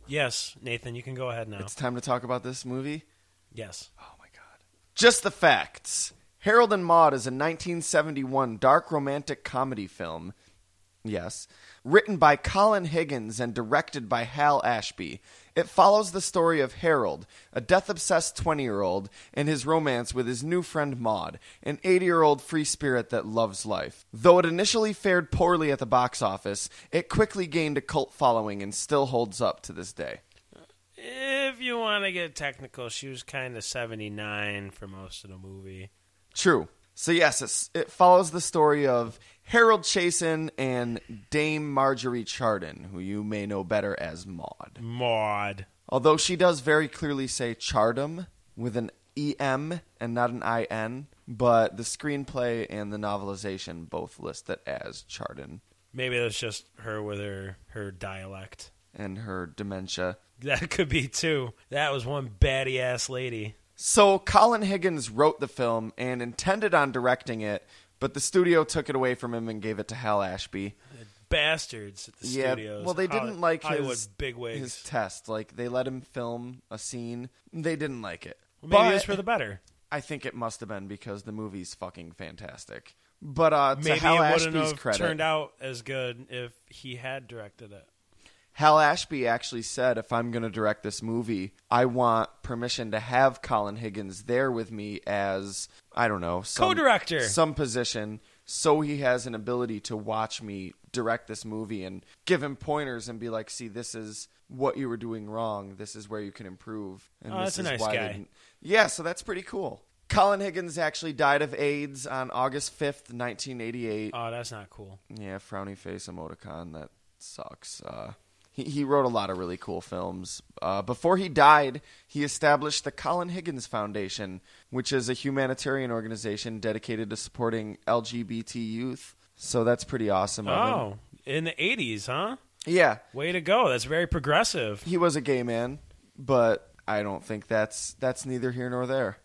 [SPEAKER 2] Yes, Nathan, you can go ahead now.
[SPEAKER 1] It's time to talk about this movie.
[SPEAKER 2] Yes.
[SPEAKER 1] Oh my god. Just the facts. Harold and Maude is a 1971 dark romantic comedy film. Yes. Written by Colin Higgins and directed by Hal Ashby. It follows the story of Harold, a death obsessed 20 year old, and his romance with his new friend Maude, an 80 year old free spirit that loves life. Though it initially fared poorly at the box office, it quickly gained a cult following and still holds up to this day.
[SPEAKER 2] If you want to get technical, she was kind of 79 for most of the movie.
[SPEAKER 1] True. So yes, it's, it follows the story of Harold Chasin and Dame Marjorie Chardon, who you may know better as Maud.
[SPEAKER 2] Maud.
[SPEAKER 1] Although she does very clearly say Chardum with an em and not an in, but the screenplay and the novelization both list it as Chardon
[SPEAKER 2] Maybe that's just her with her, her dialect.
[SPEAKER 1] and her dementia.
[SPEAKER 2] That could be too. That was one batty ass lady.
[SPEAKER 1] So Colin Higgins wrote the film and intended on directing it, but the studio took it away from him and gave it to Hal Ashby.
[SPEAKER 2] Bastards at the
[SPEAKER 1] Yeah,
[SPEAKER 2] studios.
[SPEAKER 1] well, they
[SPEAKER 2] Holly-
[SPEAKER 1] didn't like
[SPEAKER 2] Hollywood
[SPEAKER 1] his-
[SPEAKER 2] bigwigs.
[SPEAKER 1] his test. Like they let him film a scene. They didn't like it.
[SPEAKER 2] Well, maybe
[SPEAKER 1] but
[SPEAKER 2] it's for the better.
[SPEAKER 1] I think it must have been because the movie's fucking fantastic. But uh, to
[SPEAKER 2] Maybe
[SPEAKER 1] Hal
[SPEAKER 2] it wouldn't
[SPEAKER 1] Ashby's
[SPEAKER 2] have
[SPEAKER 1] credit,
[SPEAKER 2] turned out as good if he had directed it.
[SPEAKER 1] Hal Ashby actually said, "If I'm going to direct this movie, I want permission to have Colin Higgins there with me as I don't know some,
[SPEAKER 2] Co-director.
[SPEAKER 1] some position, so he has an ability to watch me direct this movie and give him pointers and be like, see, this is what you were doing wrong. This is where you can improve." And
[SPEAKER 2] Oh,
[SPEAKER 1] this
[SPEAKER 2] that's a nice
[SPEAKER 1] why they
[SPEAKER 2] guy.
[SPEAKER 1] didn't- Yeah, so that's pretty cool. Colin Higgins actually died of AIDS on August fifth, nineteen eighty-eight.
[SPEAKER 2] Oh, that's not cool.
[SPEAKER 1] Yeah, frowny face emoticon. That sucks. Uh, he he wrote a lot of really cool films. Uh, before he died, he established the Colin Higgins Foundation, which is a humanitarian organization dedicated to supporting LGBT youth. So that's pretty awesome. of him.
[SPEAKER 2] Oh, in the 80s, huh?
[SPEAKER 1] yeah,
[SPEAKER 2] Way to go. That's very progressive.
[SPEAKER 1] he was a gay man, but I don't think that's that's neither here nor there.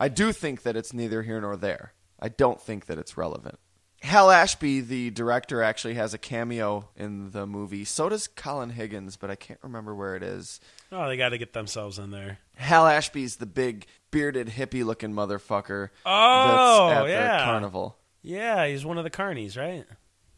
[SPEAKER 1] I do think that it's neither here nor there. I don't think that it's relevant. Hal Ashby, the director, actually has a cameo in the movie. So does Colin Higgins, but I can't remember where it is.
[SPEAKER 2] Oh, they got to get themselves in there.
[SPEAKER 1] Hal Ashby's the big bearded hippie looking motherfucker
[SPEAKER 2] Oh,
[SPEAKER 1] that's at the
[SPEAKER 2] yeah.
[SPEAKER 1] carnival.
[SPEAKER 2] Yeah, he's one of the carnies, right?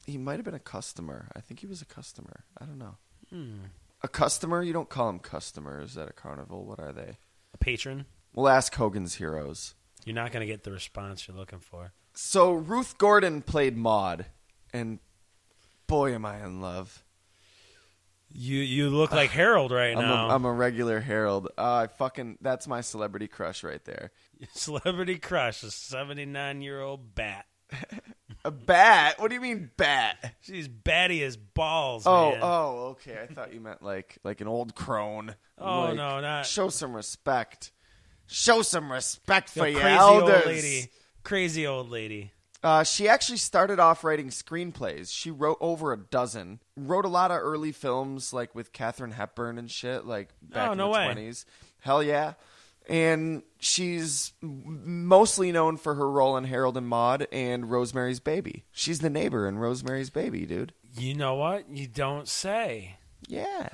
[SPEAKER 1] He might have been a customer. I think he was a customer. I don't know.
[SPEAKER 2] Hmm.
[SPEAKER 1] A customer? You don't call them customers at a carnival. What are they?
[SPEAKER 2] A patron.
[SPEAKER 1] We'll ask Hogan's heroes.
[SPEAKER 2] You're not going to get the response you're looking for.
[SPEAKER 1] So Ruth Gordon played Maud, and boy, am I in love.
[SPEAKER 2] You you look
[SPEAKER 1] [SIGHS]
[SPEAKER 2] like Harold right
[SPEAKER 1] I'm,
[SPEAKER 2] now.
[SPEAKER 1] a, I'm a regular Harold. Uh, I fucking that's my celebrity crush right there.
[SPEAKER 2] [LAUGHS] Celebrity crush, a 79 year old bat.
[SPEAKER 1] A bat? What do you mean
[SPEAKER 2] [LAUGHS]
[SPEAKER 1] bat?
[SPEAKER 2] She's batty as balls.
[SPEAKER 1] Oh,
[SPEAKER 2] man.
[SPEAKER 1] oh, okay. I thought you meant like like an old crone.
[SPEAKER 2] Oh,
[SPEAKER 1] Like,
[SPEAKER 2] no, not-
[SPEAKER 1] show some respect. Show some respect
[SPEAKER 2] The
[SPEAKER 1] for your
[SPEAKER 2] crazy
[SPEAKER 1] elders.
[SPEAKER 2] old lady. Crazy old lady.
[SPEAKER 1] Uh, she actually started off writing screenplays. She wrote over a dozen. Wrote a lot of early films, like with Katherine Hepburn and shit, like back
[SPEAKER 2] Oh,
[SPEAKER 1] in
[SPEAKER 2] no
[SPEAKER 1] the
[SPEAKER 2] way.
[SPEAKER 1] twenties. Hell yeah! And she's m- mostly known for her role in Harold and Maude and Rosemary's Baby. She's the neighbor in Rosemary's Baby, dude.
[SPEAKER 2] You know what? You don't say.
[SPEAKER 1] Yeah,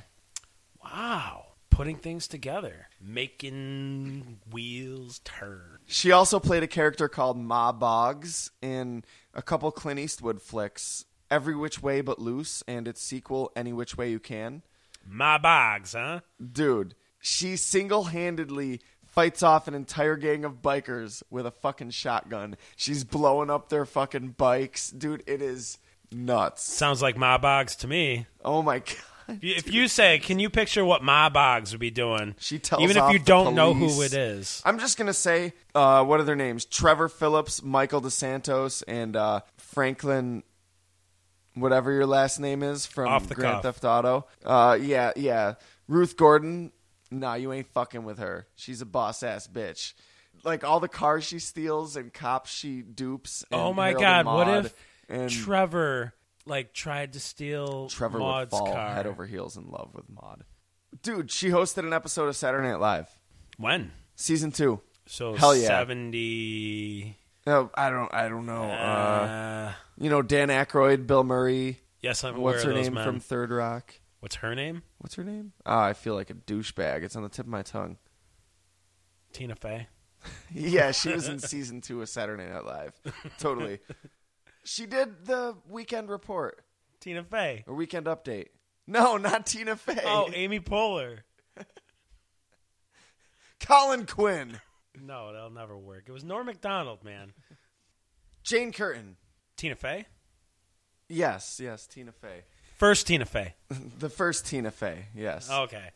[SPEAKER 2] Wow. Putting things together, making wheels turn.
[SPEAKER 1] she also played a character called Ma Boggs in a couple Clint Eastwood flicks, Every Which Way But Loose, and its sequel, Any Which Way You Can.
[SPEAKER 2] My bogs, huh?
[SPEAKER 1] dude, she single handedly fights off an entire gang of bikers with a fucking shotgun. She's blowing up their fucking bikes. Dude, it is nuts.
[SPEAKER 2] Sounds like my bogs to me.
[SPEAKER 1] Oh my [LAUGHS] god.
[SPEAKER 2] If you- If you say, can you picture what my bogs would be doing?
[SPEAKER 1] She tells
[SPEAKER 2] even if
[SPEAKER 1] off
[SPEAKER 2] you
[SPEAKER 1] the
[SPEAKER 2] don't know
[SPEAKER 1] police.
[SPEAKER 2] who it is.
[SPEAKER 1] I'm just gonna say, uh, what are their names? Trevor Phillips, Michael DeSantos, and uh, Franklin, whatever your last name is from
[SPEAKER 2] Off the
[SPEAKER 1] Grand
[SPEAKER 2] cuff.
[SPEAKER 1] Theft Auto. Uh, yeah, yeah. Ruth Gordon. Nah, you ain't fucking with her. She's a boss ass bitch. Like all the cars she steals and cops she dupes. And
[SPEAKER 2] Oh my
[SPEAKER 1] Harold
[SPEAKER 2] God!
[SPEAKER 1] and
[SPEAKER 2] What
[SPEAKER 1] Maude
[SPEAKER 2] if
[SPEAKER 1] and
[SPEAKER 2] Trevor like tried to steal
[SPEAKER 1] Trevor
[SPEAKER 2] Maud's
[SPEAKER 1] would fall
[SPEAKER 2] car?
[SPEAKER 1] head over heels in love with Maud? Dude, she hosted an episode of Saturday Night Live,
[SPEAKER 2] When?
[SPEAKER 1] season two. Oh,
[SPEAKER 2] So
[SPEAKER 1] Hell yeah.
[SPEAKER 2] seventy.
[SPEAKER 1] No, I don't. I don't know.
[SPEAKER 2] Uh,
[SPEAKER 1] uh, You know, Dan Aykroyd, Bill Murray.
[SPEAKER 2] Yes, I'm aware
[SPEAKER 1] What's
[SPEAKER 2] of
[SPEAKER 1] her
[SPEAKER 2] those
[SPEAKER 1] name
[SPEAKER 2] men.
[SPEAKER 1] from Third Rock?
[SPEAKER 2] What's her name?
[SPEAKER 1] What's her name? Oh, I feel like a douchebag. It's on the tip of my tongue. [LAUGHS]
[SPEAKER 2] Tina Fey.
[SPEAKER 1] yeah, she was in season two of Saturday Night Live. Totally. She did the weekend report
[SPEAKER 2] Tina Fey.
[SPEAKER 1] or weekend update. No, not Tina Fey.
[SPEAKER 2] Oh, Amy Poehler.
[SPEAKER 1] [LAUGHS] Colin Quinn.
[SPEAKER 2] No, that'll never work. It was Norm Macdonald, man.
[SPEAKER 1] Jane Curtin.
[SPEAKER 2] Tina Fey.
[SPEAKER 1] Yes, yes, Tina Fey.
[SPEAKER 2] First Tina Fey. Oh,
[SPEAKER 1] The first Tina Fey, yes.
[SPEAKER 2] Okay.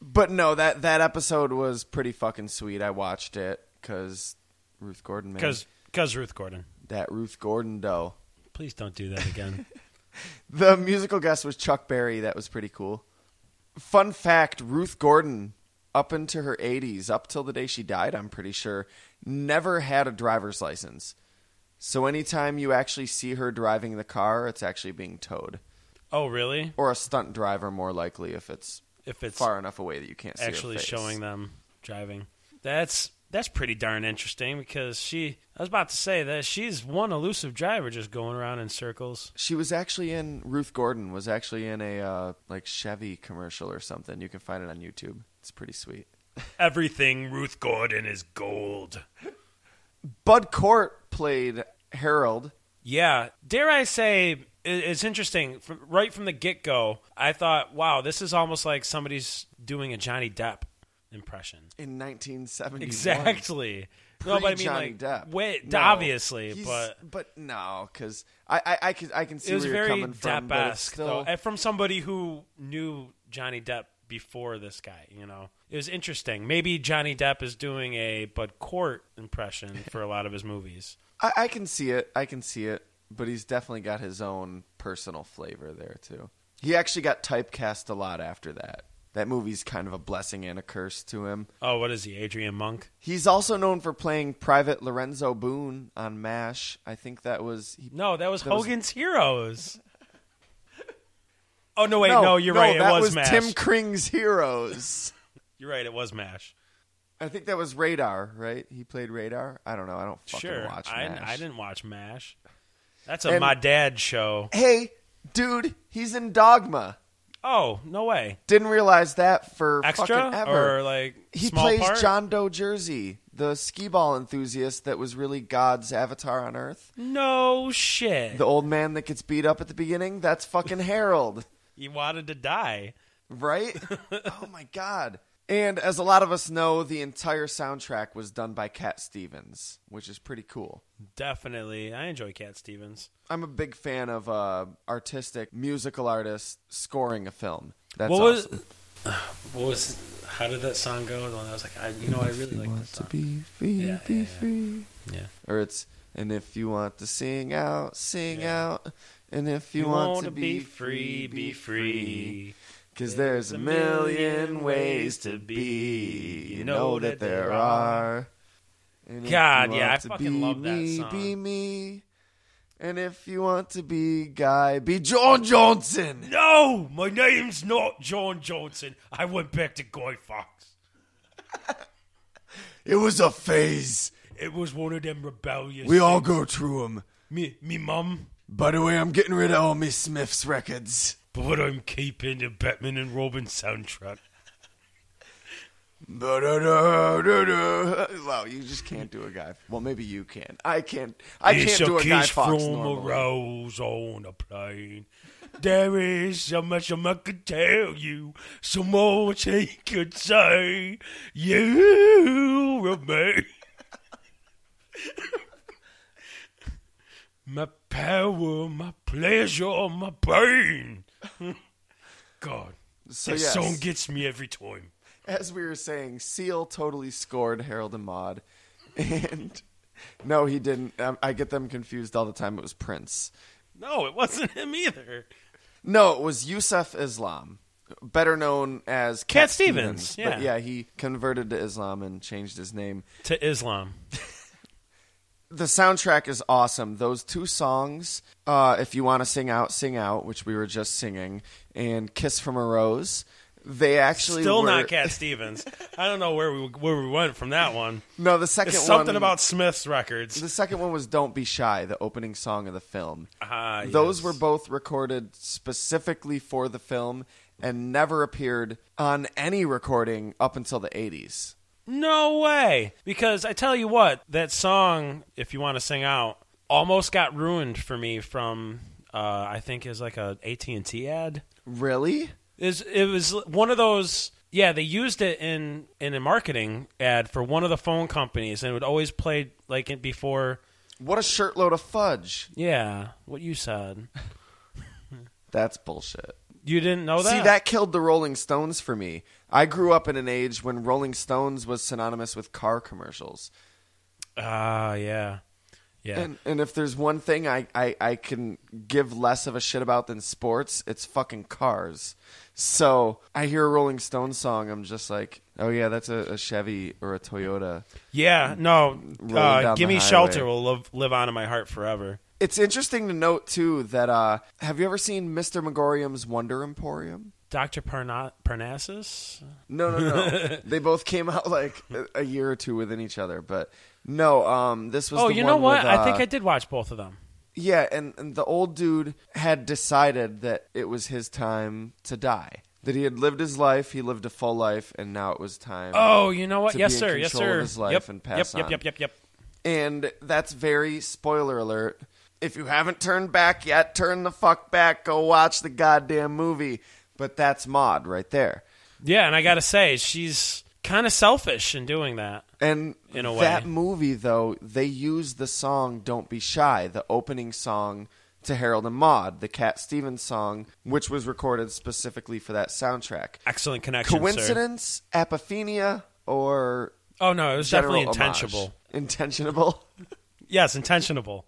[SPEAKER 1] But no, that that episode was pretty fucking sweet. I watched it because Ruth Gordon, man.
[SPEAKER 2] Because because Ruth Gordon.
[SPEAKER 1] that Ruth Gordon dough.
[SPEAKER 2] Please don't do that
[SPEAKER 1] [LAUGHS]
[SPEAKER 2] again.
[SPEAKER 1] The musical guest was Chuck Berry. That was pretty cool. Fun fact Ruth Gordon, up into her 80s, up till the day she died, I'm pretty sure, never had a driver's license. So anytime you actually see her driving the car, it's actually being towed.
[SPEAKER 2] oh, really?
[SPEAKER 1] Or a stunt driver, more likely, if it's,
[SPEAKER 2] If it's
[SPEAKER 1] far enough away that you can't see her
[SPEAKER 2] actually
[SPEAKER 1] face.
[SPEAKER 2] showing them driving. That's that's pretty darn interesting because she. I was about to say that she's one elusive driver just going around in circles.
[SPEAKER 1] She was actually in Ruth Gordon was actually in a uh, like Chevy commercial or something. You can find it on YouTube. It's pretty sweet.
[SPEAKER 2] Everything Ruth Gordon is gold.
[SPEAKER 1] Bud Cort played Harold.
[SPEAKER 2] Yeah, dare I say i- it's interesting. From, right from the get go, I thought, wow, this is almost like somebody's doing a Johnny Depp impression.
[SPEAKER 1] in 1971.
[SPEAKER 2] Exactly. no, but I mean,
[SPEAKER 1] Pre-Johnny
[SPEAKER 2] like,
[SPEAKER 1] Depp.
[SPEAKER 2] Wait,
[SPEAKER 1] No.
[SPEAKER 2] obviously,
[SPEAKER 1] He's-
[SPEAKER 2] but
[SPEAKER 1] but no, because I, I I can I can see
[SPEAKER 2] it was
[SPEAKER 1] where you're
[SPEAKER 2] very
[SPEAKER 1] coming from. But it's
[SPEAKER 2] Depp-esque,
[SPEAKER 1] still,
[SPEAKER 2] though, and from somebody who knew Johnny Depp before this guy. You know, it was interesting. Maybe Johnny Depp is doing a Bud Court impression for a lot of his movies. [LAUGHS]
[SPEAKER 1] I, I can see it. I can see it. But he's definitely got his own personal flavor there too. He actually got typecast a lot after that. That movie's kind of a blessing and a curse to him.
[SPEAKER 2] Oh, what is he, Adrian Monk?
[SPEAKER 1] He's also known for playing Private Lorenzo Boone on MASH. I think that was he
[SPEAKER 2] No, that was
[SPEAKER 1] That was- [LAUGHS]
[SPEAKER 2] Hogan's Heroes. Oh no, wait, no, you're right. It
[SPEAKER 1] that
[SPEAKER 2] was, Mash.
[SPEAKER 1] Tim Kring's Heroes.
[SPEAKER 2] you're right. It was Mash.
[SPEAKER 1] I think that was Radar, right? He played Radar. I don't know. I don't fucking
[SPEAKER 2] Sure,
[SPEAKER 1] watch
[SPEAKER 2] I,
[SPEAKER 1] MASH.
[SPEAKER 2] I didn't watch Mash. That's a
[SPEAKER 1] And-
[SPEAKER 2] my dad show.
[SPEAKER 1] Hey, dude, he's in Dogma.
[SPEAKER 2] Oh no way!
[SPEAKER 1] Didn't realize that for
[SPEAKER 2] Extra
[SPEAKER 1] fucking ever.
[SPEAKER 2] or like
[SPEAKER 1] he
[SPEAKER 2] small
[SPEAKER 1] plays
[SPEAKER 2] part?
[SPEAKER 1] John Doe Jersey, the skee ball enthusiast that was really God's avatar on Earth.
[SPEAKER 2] No shit.
[SPEAKER 1] The old man that gets beat up at the beginning. That's
[SPEAKER 2] [LAUGHS]
[SPEAKER 1] fucking Harold.
[SPEAKER 2] he wanted to die. [LAUGHS]
[SPEAKER 1] Right? oh my god. And as a lot of us know, the entire soundtrack was done by Cat Stevens, which is pretty cool.
[SPEAKER 2] Definitely, I enjoy Cat Stevens.
[SPEAKER 1] I'm a big fan of uh, artistic musical artists scoring a film. That's
[SPEAKER 2] what was?
[SPEAKER 1] awesome.
[SPEAKER 2] [SIGHS] What was? How did that song go? The one I was like, I, you know, I really like that
[SPEAKER 1] to
[SPEAKER 2] song.
[SPEAKER 1] be free,
[SPEAKER 2] Yeah,
[SPEAKER 1] be
[SPEAKER 2] yeah, yeah.
[SPEAKER 1] free.
[SPEAKER 2] Yeah.
[SPEAKER 1] Or it's and if you want to sing out, sing
[SPEAKER 2] Yeah.
[SPEAKER 1] out. And if you, want, to be free, be free. Cause there's a million ways to be. You know that there are. And if
[SPEAKER 2] God,
[SPEAKER 1] you
[SPEAKER 2] yeah,
[SPEAKER 1] want
[SPEAKER 2] I
[SPEAKER 1] to
[SPEAKER 2] fucking
[SPEAKER 1] be
[SPEAKER 2] love that
[SPEAKER 1] me,
[SPEAKER 2] song.
[SPEAKER 1] Be me. And if you want to be guy, be John Johnson.
[SPEAKER 2] No, my name's not John Johnson. I went back to Guy Fox.
[SPEAKER 1] It was a phase.
[SPEAKER 2] It was one of them rebellious.
[SPEAKER 1] We all go through 'em.
[SPEAKER 2] me, me mum.
[SPEAKER 1] By the way, I'm getting rid of all me Smith's records.
[SPEAKER 2] But I'm keeping the Batman and Robin soundtrack.
[SPEAKER 1] Ba-da-da-da-da. Wow, you just can't do a guy. Well, maybe you can. I can't. I
[SPEAKER 2] it's
[SPEAKER 1] can't
[SPEAKER 2] a
[SPEAKER 1] do a
[SPEAKER 2] kiss
[SPEAKER 1] guy Fox
[SPEAKER 2] from
[SPEAKER 1] normally.
[SPEAKER 2] a rose on a plane. There is so much I could tell you, so much he could say. You remain [LAUGHS] my power, my pleasure, my pain. God,
[SPEAKER 1] So,
[SPEAKER 2] that
[SPEAKER 1] yes.
[SPEAKER 2] song gets me every time.
[SPEAKER 1] as we were saying, Seal totally scored Harold and Maude, [LAUGHS] and no, he didn't. Um, I get them confused all the time. It was Prince.
[SPEAKER 2] No, it wasn't him either.
[SPEAKER 1] No, it was Yusuf Islam, better known as Cat,
[SPEAKER 2] Cat Stevens,
[SPEAKER 1] But
[SPEAKER 2] yeah.
[SPEAKER 1] yeah, he converted to Islam and changed his name.
[SPEAKER 2] To Islam.
[SPEAKER 1] The soundtrack is awesome. Those two songs, uh, if you want to sing out, sing out, which we were just singing, and "Kiss from a Rose." They actually
[SPEAKER 2] Still
[SPEAKER 1] were,
[SPEAKER 2] not Cat Stevens. I don't know where we where we went from that one.
[SPEAKER 1] No, the second
[SPEAKER 2] It's something
[SPEAKER 1] one,
[SPEAKER 2] about Smith's records.
[SPEAKER 1] the second one was "Don't Be Shy," the opening song of the film.
[SPEAKER 2] Ah,
[SPEAKER 1] Those
[SPEAKER 2] yes.
[SPEAKER 1] were both recorded specifically for the film and never appeared on any recording up until the 80s.
[SPEAKER 2] No way. Because I tell you what, that song, if you want to sing out, almost got ruined for me from uh, I think is like a AT and T ad.
[SPEAKER 1] Really?
[SPEAKER 2] Is it was one of those. Yeah, they used it in in a marketing ad for one of the phone companies, and it would always play like it before.
[SPEAKER 1] What a shirtload of fudge.
[SPEAKER 2] Yeah, what you said.
[SPEAKER 1] That's bullshit.
[SPEAKER 2] You didn't know Oh, that.
[SPEAKER 1] See, that killed the Rolling Stones for me. I grew up in an age when Rolling Stones was synonymous with car commercials.
[SPEAKER 2] Ah, yeah, yeah.
[SPEAKER 1] And, and if there's one thing I, I, I can give less of a shit about than sports, it's fucking cars. So I hear a Rolling Stones song, I'm just like, oh yeah, that's a, a Chevy or a Toyota.
[SPEAKER 2] Yeah, no.
[SPEAKER 1] Rolling
[SPEAKER 2] Uh,
[SPEAKER 1] down
[SPEAKER 2] Give
[SPEAKER 1] the
[SPEAKER 2] me
[SPEAKER 1] highway.
[SPEAKER 2] shelter will live, live on in my heart forever.
[SPEAKER 1] It's interesting to note too that uh, have you ever seen Mr. Megorium's Wonder Emporium?
[SPEAKER 2] Doctor Parna- Parnassus.
[SPEAKER 1] No, no,
[SPEAKER 2] [LAUGHS]
[SPEAKER 1] no. they both came out like a- a year or two within each other, but no. Um, this was.
[SPEAKER 2] Oh,
[SPEAKER 1] the
[SPEAKER 2] you
[SPEAKER 1] one
[SPEAKER 2] know what?
[SPEAKER 1] with,
[SPEAKER 2] I think
[SPEAKER 1] uh,
[SPEAKER 2] I did watch both of them.
[SPEAKER 1] Yeah, and, and the old dude had decided that it was his time to die. That he had lived his life, he lived a full life, and now it was time.
[SPEAKER 2] Oh, you know what?
[SPEAKER 1] to
[SPEAKER 2] Yes,
[SPEAKER 1] be in
[SPEAKER 2] sir. Yes,
[SPEAKER 1] control of
[SPEAKER 2] sir.
[SPEAKER 1] his life
[SPEAKER 2] yep.
[SPEAKER 1] and pass
[SPEAKER 2] yep.
[SPEAKER 1] on.
[SPEAKER 2] Yep. Yep. Yep.
[SPEAKER 1] And that's very spoiler alert. If you haven't turned back yet, turn the fuck back. Go watch the goddamn movie. But that's Maud right there.
[SPEAKER 2] Yeah, and I gotta say, she's kind of selfish in doing that.
[SPEAKER 1] And
[SPEAKER 2] In a
[SPEAKER 1] that
[SPEAKER 2] way.
[SPEAKER 1] movie, though, they used the song "Don't Be Shy," the opening song to Harold and Maude, the Cat Stevens song, which was recorded specifically for that soundtrack.
[SPEAKER 2] Excellent connection. sir.
[SPEAKER 1] Coincidence, apophenia, or
[SPEAKER 2] Oh no, it was definitely
[SPEAKER 1] general homage?
[SPEAKER 2] intentional.
[SPEAKER 1] Intentionable.
[SPEAKER 2] Yes, intentionable.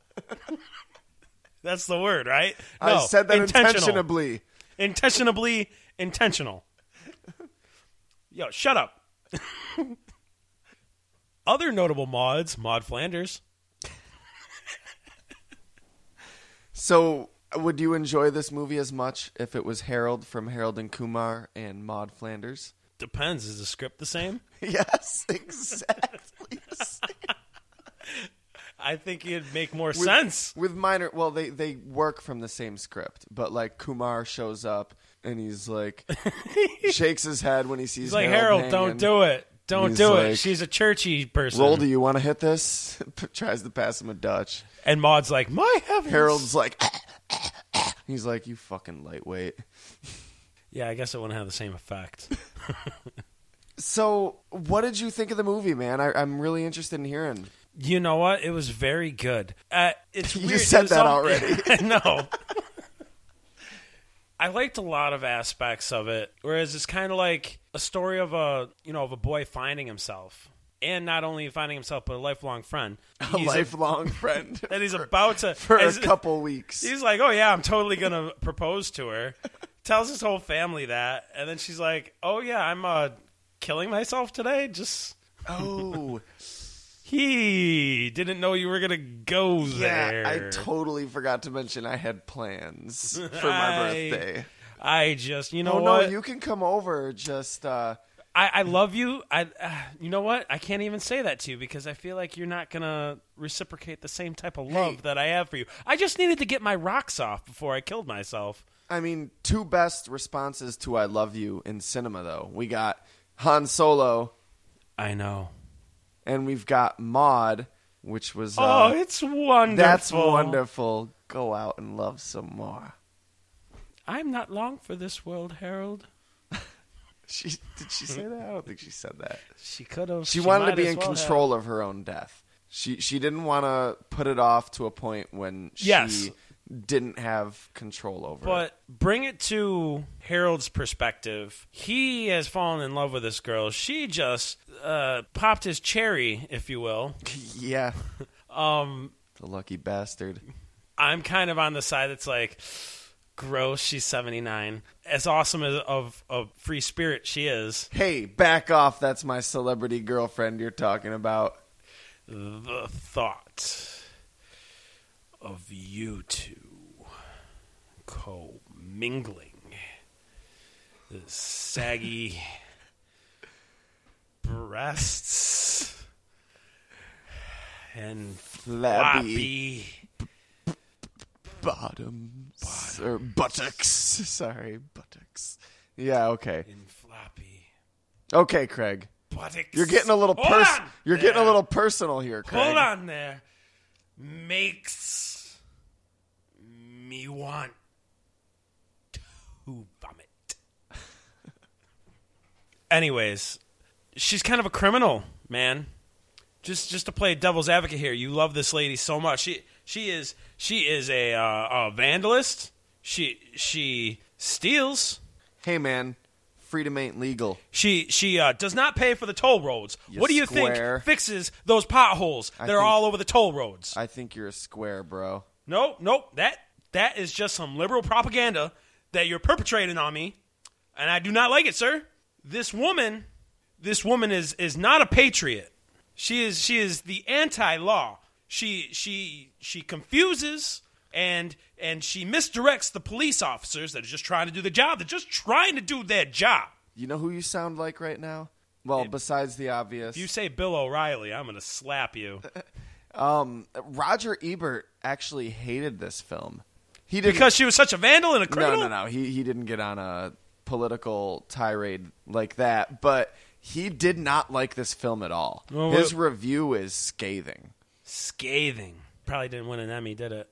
[SPEAKER 2] That's the word, right?
[SPEAKER 1] [LAUGHS] I
[SPEAKER 2] No,
[SPEAKER 1] said that
[SPEAKER 2] intentional.
[SPEAKER 1] intentionably.
[SPEAKER 2] Intentionably intentional. Yo, shut up. [LAUGHS] Other notable mods, Maud Flanders.
[SPEAKER 1] So, would you enjoy this movie as much if it was Harold from Harold and Kumar and Maud Flanders? [LAUGHS]
[SPEAKER 2] Depends. Is the script the same?
[SPEAKER 1] yes, [LAUGHS] exactly.
[SPEAKER 2] I think it'd make more sense.
[SPEAKER 1] with minor well they they work from the same script but like kumar shows up and he's
[SPEAKER 2] [LAUGHS]
[SPEAKER 1] like shakes his head when he sees
[SPEAKER 2] He's like, Harold, don't do it. Don't
[SPEAKER 1] He's
[SPEAKER 2] do it.
[SPEAKER 1] like,
[SPEAKER 2] She's a churchy person.
[SPEAKER 1] roll do you want to hit this [LAUGHS] tries to pass him a dutch
[SPEAKER 2] and Maud's like, my heavens.
[SPEAKER 1] harold's like [LAUGHS] he's like you fucking lightweight
[SPEAKER 2] Yeah, I guess it wouldn't have the same effect.
[SPEAKER 1] so what did you think of the movie man I, i'm really interested in hearing
[SPEAKER 2] You know what? It was very good. Uh, it's
[SPEAKER 1] You
[SPEAKER 2] weird. It
[SPEAKER 1] said
[SPEAKER 2] was
[SPEAKER 1] that
[SPEAKER 2] all-
[SPEAKER 1] already.
[SPEAKER 2] [LAUGHS] no. I liked a lot of aspects of it, whereas it's kind of like a story of a you know of a boy finding himself, and not only finding himself but a lifelong friend.
[SPEAKER 1] [LAUGHS] a
[SPEAKER 2] [LAUGHS]
[SPEAKER 1] lifelong friend
[SPEAKER 2] that he's about to
[SPEAKER 1] for a
[SPEAKER 2] as-
[SPEAKER 1] couple weeks
[SPEAKER 2] [LAUGHS] He's like, "Oh yeah, I'm totally gonna propose to her." Tells his whole family that, and then she's like, "Oh yeah, I'm uh, killing myself today." Just [LAUGHS]
[SPEAKER 1] oh
[SPEAKER 2] he didn't know you were gonna go
[SPEAKER 1] yeah
[SPEAKER 2] there.
[SPEAKER 1] i totally forgot to mention i had plans for my
[SPEAKER 2] I-
[SPEAKER 1] birthday
[SPEAKER 2] I just, you know
[SPEAKER 1] Oh
[SPEAKER 2] what?
[SPEAKER 1] no, you can come over. Just uh,
[SPEAKER 2] I, I love you. I, uh, you know what? I can't even say that to you because I feel like you're not gonna reciprocate the same type of love
[SPEAKER 1] Hey.
[SPEAKER 2] that I have for you. I just needed to get my rocks off before I killed myself.
[SPEAKER 1] I mean, two best responses to "I love you" in cinema though. We got Han Solo,
[SPEAKER 2] I know.
[SPEAKER 1] and we've got Maud, which was
[SPEAKER 2] Oh,
[SPEAKER 1] uh,
[SPEAKER 2] it's wonderful.
[SPEAKER 1] that's wonderful. Go out and love some more.
[SPEAKER 2] I'm not long for this world, Harold.
[SPEAKER 1] She did she say that? I don't think she said that.
[SPEAKER 2] She could have.
[SPEAKER 1] She, wanted to
[SPEAKER 2] might
[SPEAKER 1] be
[SPEAKER 2] as
[SPEAKER 1] in
[SPEAKER 2] well have.
[SPEAKER 1] control of her own death. She she didn't want to put it off to a point when
[SPEAKER 2] Yes.
[SPEAKER 1] she didn't have control over it.
[SPEAKER 2] But bring it to Harold's perspective. He has fallen in love with this girl. She just uh, popped his cherry, if you will.
[SPEAKER 1] [LAUGHS] Yeah,
[SPEAKER 2] [LAUGHS] Um,
[SPEAKER 1] the lucky bastard.
[SPEAKER 2] I'm kind of on the side that's like, gross. She's 79. As awesome as of of free spirit she is,
[SPEAKER 1] hey, back off. That's my celebrity girlfriend you're talking about.
[SPEAKER 2] the thought of you two commingling the saggy breasts and
[SPEAKER 1] flabby
[SPEAKER 2] floppy
[SPEAKER 1] bottoms or buttocks. [LAUGHS] Sorry, buttocks. Yeah, okay.
[SPEAKER 2] and floppy
[SPEAKER 1] Okay, Craig.
[SPEAKER 2] buttocks.
[SPEAKER 1] You're getting a little
[SPEAKER 2] Hold
[SPEAKER 1] pers-
[SPEAKER 2] on
[SPEAKER 1] You're getting a
[SPEAKER 2] there.
[SPEAKER 1] little personal here, Craig.
[SPEAKER 2] Hold on there. Makes me want to vomit. [LAUGHS] Anyways, she's kind of a criminal, man. Just just to play devil's advocate here, you love this lady so much. She she is she is a, uh, a vandalist. She she steals.
[SPEAKER 1] Hey, man. Freedom ain't legal.
[SPEAKER 2] She she uh, does not pay for the toll roads.
[SPEAKER 1] You
[SPEAKER 2] what do you
[SPEAKER 1] square.
[SPEAKER 2] think fixes those potholes that are
[SPEAKER 1] think-
[SPEAKER 2] all over the toll roads?
[SPEAKER 1] I think you're a square, bro.
[SPEAKER 2] No, nope. That that is just some liberal propaganda that you're perpetrating on me, and I do not like it, sir. This woman, this woman is is not a patriot. She is she is the anti-law. She she she confuses and and she misdirects the police officers that are just trying to do the job. They're just trying to do their job.
[SPEAKER 1] You know who you sound like right now? Well, besides the obvious,
[SPEAKER 2] If you say Bill O'Reilly, I'm gonna slap you
[SPEAKER 1] Roger Ebert actually hated this film. He didn't
[SPEAKER 2] because she was such a vandal and a
[SPEAKER 1] no,
[SPEAKER 2] criminal.
[SPEAKER 1] no, no. He he didn't get on a political tirade like that, but he did not like this film at all.
[SPEAKER 2] Well,
[SPEAKER 1] His
[SPEAKER 2] what-
[SPEAKER 1] review is scathing.
[SPEAKER 2] scathing. Probably didn't win an Emmy, did it?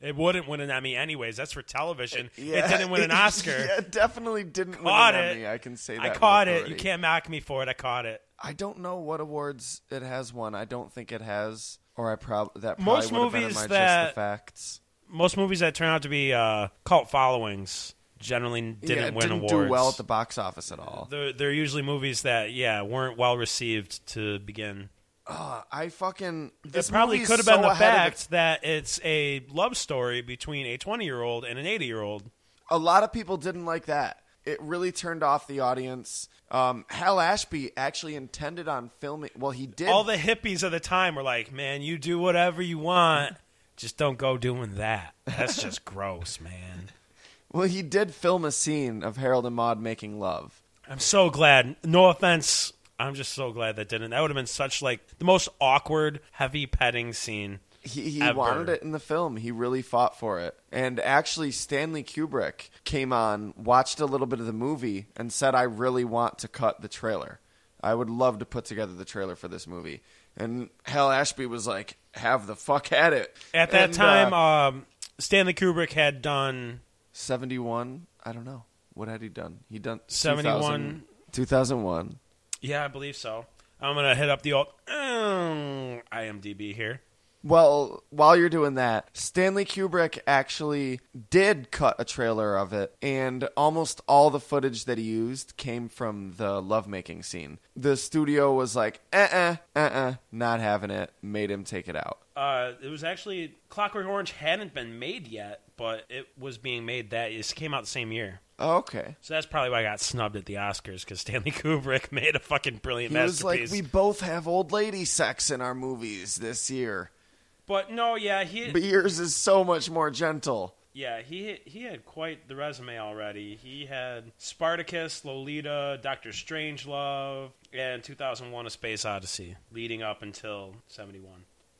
[SPEAKER 2] It wouldn't win an Emmy anyways. That's for television. It didn't win an Oscar.
[SPEAKER 1] Eh, yeah, [LAUGHS] it definitely didn't
[SPEAKER 2] Caught
[SPEAKER 1] win an
[SPEAKER 2] it.
[SPEAKER 1] Emmy. I can say that.
[SPEAKER 2] I
[SPEAKER 1] with
[SPEAKER 2] caught it. You
[SPEAKER 1] authority.
[SPEAKER 2] can't mock me for it. I caught it.
[SPEAKER 1] I don't know what awards it has won. I don't think it has, or I probably that probably
[SPEAKER 2] Most
[SPEAKER 1] would have been in
[SPEAKER 2] movies
[SPEAKER 1] my just
[SPEAKER 2] that-
[SPEAKER 1] the facts.
[SPEAKER 2] Most movies that turn out to be uh, cult followings generally didn't
[SPEAKER 1] yeah, it
[SPEAKER 2] win
[SPEAKER 1] didn't
[SPEAKER 2] awards.
[SPEAKER 1] do well at the box office at all.
[SPEAKER 2] they're, they're usually movies that yeah weren't well received to begin.
[SPEAKER 1] Uh, I fucking this
[SPEAKER 2] It probably
[SPEAKER 1] movie's
[SPEAKER 2] could have
[SPEAKER 1] so
[SPEAKER 2] been the
[SPEAKER 1] ahead of
[SPEAKER 2] fact
[SPEAKER 1] its-
[SPEAKER 2] that it's a love story between a 20 year old and an 80 year old.
[SPEAKER 1] a lot of people didn't like that. It really turned off the audience. Um, Hal Ashby actually intended on filming. Well, he did.
[SPEAKER 2] All the hippies of the time were like, "Man, you do whatever you want, just don't go doing that.
[SPEAKER 1] [LAUGHS]
[SPEAKER 2] That's just gross, man."
[SPEAKER 1] well, he did film a scene of Harold and Maude making love.
[SPEAKER 2] I'm so glad. No offense, I'm just so glad that didn't. That would have been such like the most awkward, heavy petting scene.
[SPEAKER 1] He, he
[SPEAKER 2] Ever.
[SPEAKER 1] wanted it in the film. He really fought for it. And actually, Stanley Kubrick came on, watched a little bit of the movie, and said, "I really want to cut the trailer. I would love to put together the trailer for this movie." And Hal Ashby was like, "Have the fuck at it."
[SPEAKER 2] At that
[SPEAKER 1] And,
[SPEAKER 2] time,
[SPEAKER 1] uh,
[SPEAKER 2] um, Stanley Kubrick had done
[SPEAKER 1] 71 i don't know what had he done he done
[SPEAKER 2] 71.
[SPEAKER 1] 2000 2001
[SPEAKER 2] yeah, I believe so. I'm gonna hit up the old [CLEARS THROAT] um, IMDb here.
[SPEAKER 1] well while you're doing that stanley kubrick actually did cut a trailer of it and almost all the footage that he used came from the lovemaking scene the studio was like uh-uh uh-uh not having it made him take it out
[SPEAKER 2] Uh, it was actually Clockwork Orange hadn't been made yet, but it was being made that it came out the same year.
[SPEAKER 1] okay
[SPEAKER 2] So that's probably why I got snubbed at the Oscars because Stanley [LAUGHS] Kubrick made a fucking brilliant
[SPEAKER 1] he was like
[SPEAKER 2] masterpiece.
[SPEAKER 1] we both have old lady sex in our movies this year
[SPEAKER 2] but no, yeah, he
[SPEAKER 1] but yours is so much more gentle
[SPEAKER 2] yeah he he had quite the resume already. He had Spartacus, Lolita, Doctor Strangelove, and 2001: A Space Odyssey, leading up until 71.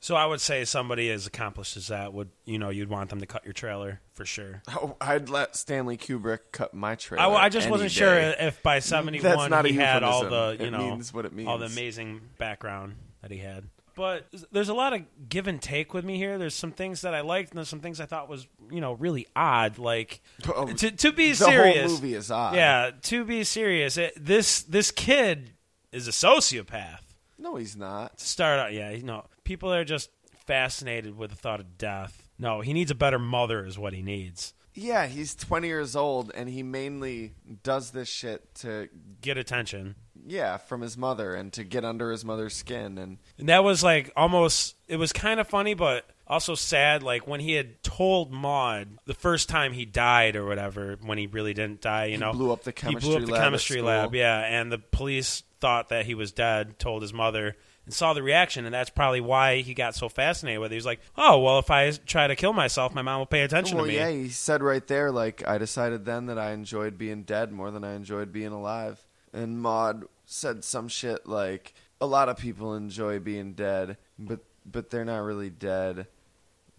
[SPEAKER 2] So I would say somebody as accomplished as that would you know you'd want them to cut your trailer for sure.
[SPEAKER 1] Oh, I'd let Stanley Kubrick cut my trailer.
[SPEAKER 2] I, I just
[SPEAKER 1] any
[SPEAKER 2] wasn't
[SPEAKER 1] day.
[SPEAKER 2] sure if by 71
[SPEAKER 1] That's not a
[SPEAKER 2] he had all the
[SPEAKER 1] euphemism.
[SPEAKER 2] you
[SPEAKER 1] It
[SPEAKER 2] know
[SPEAKER 1] means what it
[SPEAKER 2] all the
[SPEAKER 1] means.
[SPEAKER 2] amazing background that he had. But there's a lot of give and take with me here. There's some things that I liked, and there's some things I thought was you know really odd. Like
[SPEAKER 1] Oh,
[SPEAKER 2] to to be
[SPEAKER 1] the whole
[SPEAKER 2] serious,
[SPEAKER 1] movie is odd.
[SPEAKER 2] Yeah, to be serious, it, this this kid is a sociopath
[SPEAKER 1] No, he's not.
[SPEAKER 2] to start out, yeah, you know, people are just fascinated with the thought of death. No, he needs a better mother, is what he needs.
[SPEAKER 1] Yeah, he's 20 years old, and he mainly does this shit to,
[SPEAKER 2] Get attention.
[SPEAKER 1] yeah, from his mother and to get under his mother's skin. And
[SPEAKER 2] And that was like almost it was kind of funny but also sad like when he had told Maud the first time he died or whatever when he really didn't die, you know.
[SPEAKER 1] blew up the
[SPEAKER 2] He
[SPEAKER 1] chemistry
[SPEAKER 2] blew up the
[SPEAKER 1] lab at
[SPEAKER 2] chemistry
[SPEAKER 1] school.
[SPEAKER 2] lab, yeah, and the police thought that he was dead, told his mother and saw the reaction, and that's probably why he got so fascinated with it. He was like, "Oh, well, if I try to kill myself, my mom will pay attention
[SPEAKER 1] Well,
[SPEAKER 2] to me."
[SPEAKER 1] yeah, he said right there, like, I decided then that I enjoyed being dead more than I enjoyed being alive. And Maud said some shit like, a lot of people enjoy being dead, but but they're not really dead.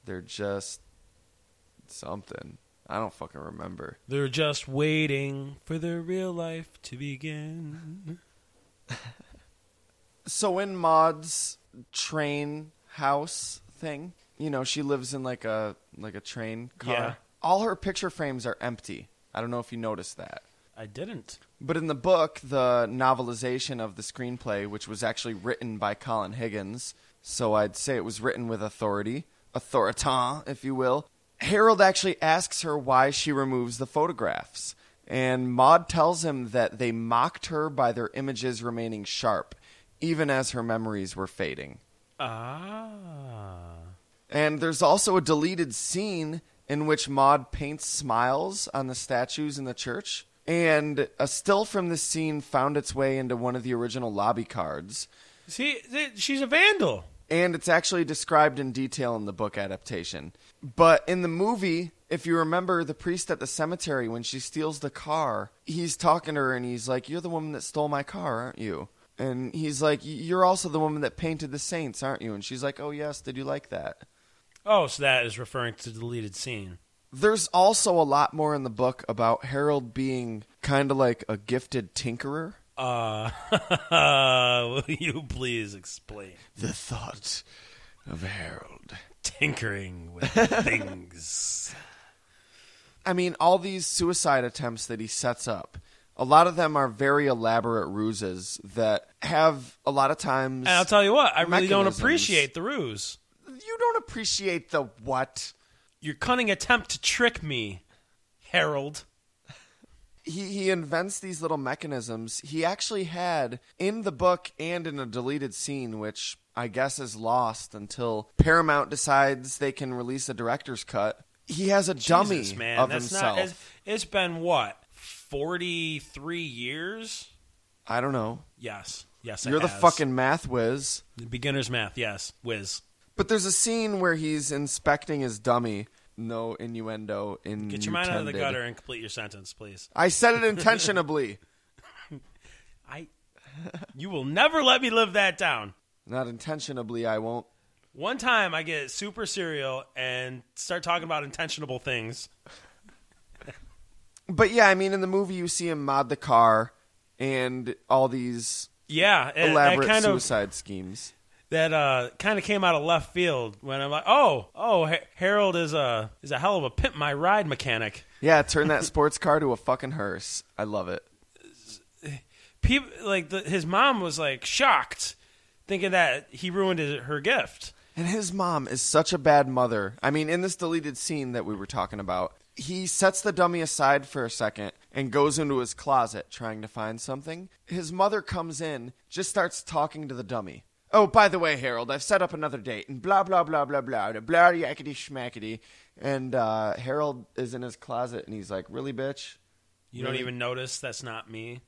[SPEAKER 1] They're just something. I don't fucking remember.
[SPEAKER 2] They're just waiting for their real life to begin.
[SPEAKER 1] So in Maud's train house thing, you know, she lives in like a like a train car.
[SPEAKER 2] Yeah.
[SPEAKER 1] All her picture frames are empty. I don't know if you noticed that.
[SPEAKER 2] I didn't.
[SPEAKER 1] But in the book, the novelization of the screenplay, which was actually written by Colin Higgins, so I'd say it was written with authority, authoritant, if you will. Harold actually asks her why she removes the photographs. And Maud tells him that they mocked her by their images remaining sharp, even as her memories were fading.
[SPEAKER 2] Ah.
[SPEAKER 1] And there's also a deleted scene in which Maud paints smiles on the statues in the church. And a still from this scene found its way into one of the original lobby cards.
[SPEAKER 2] See, th- she's a vandal.
[SPEAKER 1] And it's actually described in detail in the book adaptation. But in the movie, if you remember the priest at the cemetery, when she steals the car, he's talking to her and he's like, You're the woman that stole my car, aren't you? And he's like, "Y- You're also the woman that painted the saints, aren't you? And she's like, Oh, yes, did you like that?
[SPEAKER 2] Oh, so that is referring to deleted scene.
[SPEAKER 1] There's also a lot more in the book about Harold being kind of like a gifted tinkerer.
[SPEAKER 2] Uh, [LAUGHS] will you please explain
[SPEAKER 1] The thought of Harold.
[SPEAKER 2] tinkering [LAUGHS] with things?
[SPEAKER 1] I mean, all these suicide attempts that he sets up, a lot of them are very elaborate ruses that have a lot of times.
[SPEAKER 2] And I'll tell you what, I really don't
[SPEAKER 1] Mechanisms.
[SPEAKER 2] appreciate the ruse.
[SPEAKER 1] you don't appreciate the what.
[SPEAKER 2] Your cunning attempt to trick me, Harold.
[SPEAKER 1] he he invents these little mechanisms. He actually had in the book and in a deleted scene, which I guess is lost until Paramount decides they can release a director's cut. He has a dummy
[SPEAKER 2] Jesus, man,
[SPEAKER 1] of
[SPEAKER 2] that's
[SPEAKER 1] himself.
[SPEAKER 2] not. It's, it's been what forty-three years.
[SPEAKER 1] I don't know.
[SPEAKER 2] Yes, yes. it
[SPEAKER 1] You're the
[SPEAKER 2] has.
[SPEAKER 1] fucking math whiz.
[SPEAKER 2] beginner's math. Yes, whiz.
[SPEAKER 1] But there's a scene where he's inspecting his dummy. No innuendo in
[SPEAKER 2] Get your mind out of the gutter and complete your sentence, please.
[SPEAKER 1] I said
[SPEAKER 2] [LAUGHS]
[SPEAKER 1] it intentionally,
[SPEAKER 2] I. You will never let me live that down.
[SPEAKER 1] not intentionally. I won't.
[SPEAKER 2] One time I get super serial and start talking about intentionable things.
[SPEAKER 1] But yeah, I mean, in the movie, you see him mod the car and all these
[SPEAKER 2] Yeah, it,
[SPEAKER 1] elaborate
[SPEAKER 2] that kind of
[SPEAKER 1] suicide schemes.
[SPEAKER 2] that uh, kind of came out of left field when I'm like, oh, oh, Har- Harold is a is a hell of a pimp my ride mechanic.
[SPEAKER 1] Yeah, turn
[SPEAKER 2] [LAUGHS]
[SPEAKER 1] that sports car to a fucking hearse. I love it.
[SPEAKER 2] People like the, his mom was like shocked, thinking that he ruined his, her gift.
[SPEAKER 1] And his mom is such a bad mother. I mean, in this deleted scene that we were talking about, he sets the dummy aside for a second and goes into his closet trying to find something. His mother comes in, just starts talking to the dummy. Oh, by the way, Harold, I've set up another date and blah, blah, blah, blah, blah, blah, blah, yakety schmackety. And uh, Harold is in his closet and he's like, Really, bitch?
[SPEAKER 2] You don't even notice that's not me.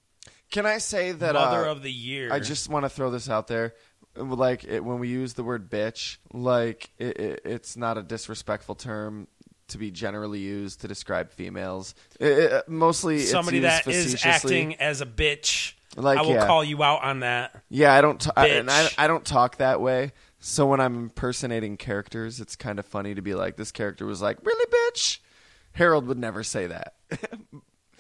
[SPEAKER 1] Can I say that.
[SPEAKER 2] Mother
[SPEAKER 1] uh,
[SPEAKER 2] of the year.
[SPEAKER 1] I just want to throw this out there. Like it, when we use the word bitch, like it, it, it's not a disrespectful term to be generally used to describe females. It- it- mostly it's
[SPEAKER 2] somebody
[SPEAKER 1] used
[SPEAKER 2] that is
[SPEAKER 1] facetiously.
[SPEAKER 2] acting as a bitch.
[SPEAKER 1] Like,
[SPEAKER 2] I will
[SPEAKER 1] yeah.
[SPEAKER 2] call you out on that.
[SPEAKER 1] Yeah, I don't. T- I, and I,
[SPEAKER 2] Bitch.
[SPEAKER 1] I don't talk that way. So when I'm impersonating characters, it's kind of funny to be like, "This character was like, really, bitch." Harold would never say that. [LAUGHS]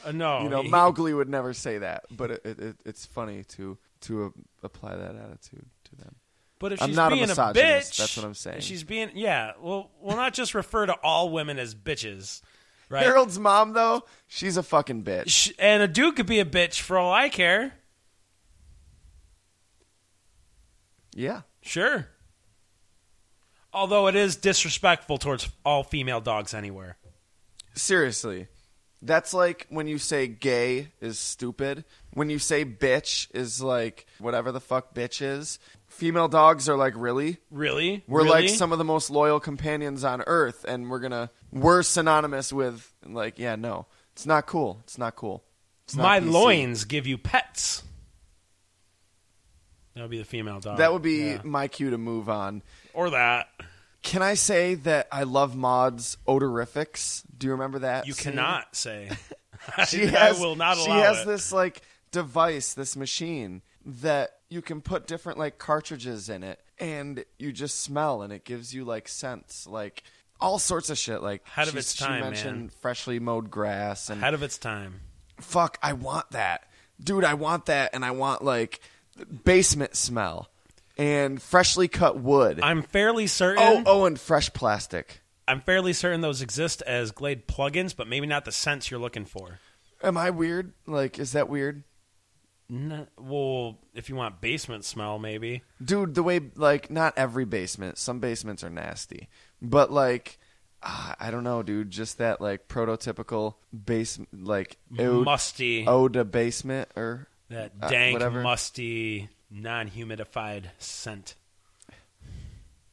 [SPEAKER 2] Uh, no,
[SPEAKER 1] you know,
[SPEAKER 2] he-
[SPEAKER 1] Mowgli would never say that. But it, it, it, it's funny to to uh, apply that attitude to them.
[SPEAKER 2] But if
[SPEAKER 1] I'm
[SPEAKER 2] she's
[SPEAKER 1] not a
[SPEAKER 2] being
[SPEAKER 1] misogynist,
[SPEAKER 2] bitch,
[SPEAKER 1] that's what I'm saying.
[SPEAKER 2] if She's being yeah. Well, we'll not just refer to all women as bitches, right?
[SPEAKER 1] Harold's mom, though, she's a fucking bitch.
[SPEAKER 2] Sh- and a dude could be a bitch for all I care.
[SPEAKER 1] Yeah.
[SPEAKER 2] Sure. Although it is disrespectful towards all female dogs anywhere.
[SPEAKER 1] Seriously. That's like when you say gay is stupid. When you say bitch is like whatever the fuck bitch is. Female dogs are like, really?
[SPEAKER 2] Really?
[SPEAKER 1] We're
[SPEAKER 2] Really?
[SPEAKER 1] like some of the most loyal companions on earth, and we're gonna, we're synonymous with, like, yeah, no. It's not cool. It's not cool. It's not
[SPEAKER 2] My
[SPEAKER 1] PC.
[SPEAKER 2] loins give you pets. That would be the female dog.
[SPEAKER 1] That would be
[SPEAKER 2] Yeah.
[SPEAKER 1] my cue to move on.
[SPEAKER 2] or that.
[SPEAKER 1] Can I say that I love Maud's odorifics? Do you remember that?
[SPEAKER 2] You
[SPEAKER 1] scene?
[SPEAKER 2] cannot say.
[SPEAKER 1] [LAUGHS] She
[SPEAKER 2] [LAUGHS] I
[SPEAKER 1] has,
[SPEAKER 2] will not
[SPEAKER 1] She
[SPEAKER 2] allow
[SPEAKER 1] has
[SPEAKER 2] it.
[SPEAKER 1] this like device, this machine that you can put different like cartridges in it, and you just smell, and it gives you like scents, like all sorts of shit. Like
[SPEAKER 2] Ahead of
[SPEAKER 1] she's-
[SPEAKER 2] its
[SPEAKER 1] she
[SPEAKER 2] time,
[SPEAKER 1] mentioned
[SPEAKER 2] man.
[SPEAKER 1] freshly mowed grass, and
[SPEAKER 2] Ahead of its time.
[SPEAKER 1] fuck, I want that, dude. I want that, and I want like basement smell and freshly cut wood.
[SPEAKER 2] I'm fairly certain.
[SPEAKER 1] oh, oh, and fresh plastic.
[SPEAKER 2] I'm fairly certain those exist as Glade plugins, but maybe not the sense you're looking for.
[SPEAKER 1] Am I weird? Like, is that weird?
[SPEAKER 2] N- well, if you want basement smell, maybe.
[SPEAKER 1] Dude, the way, like, not every basement, some basements are nasty, but like, ah, I don't know, dude, just that, like, prototypical basement, like, ode,
[SPEAKER 2] musty.
[SPEAKER 1] ode to basement or
[SPEAKER 2] that
[SPEAKER 1] oh, uh,
[SPEAKER 2] dank,
[SPEAKER 1] whatever.
[SPEAKER 2] musty, non-humidified scent.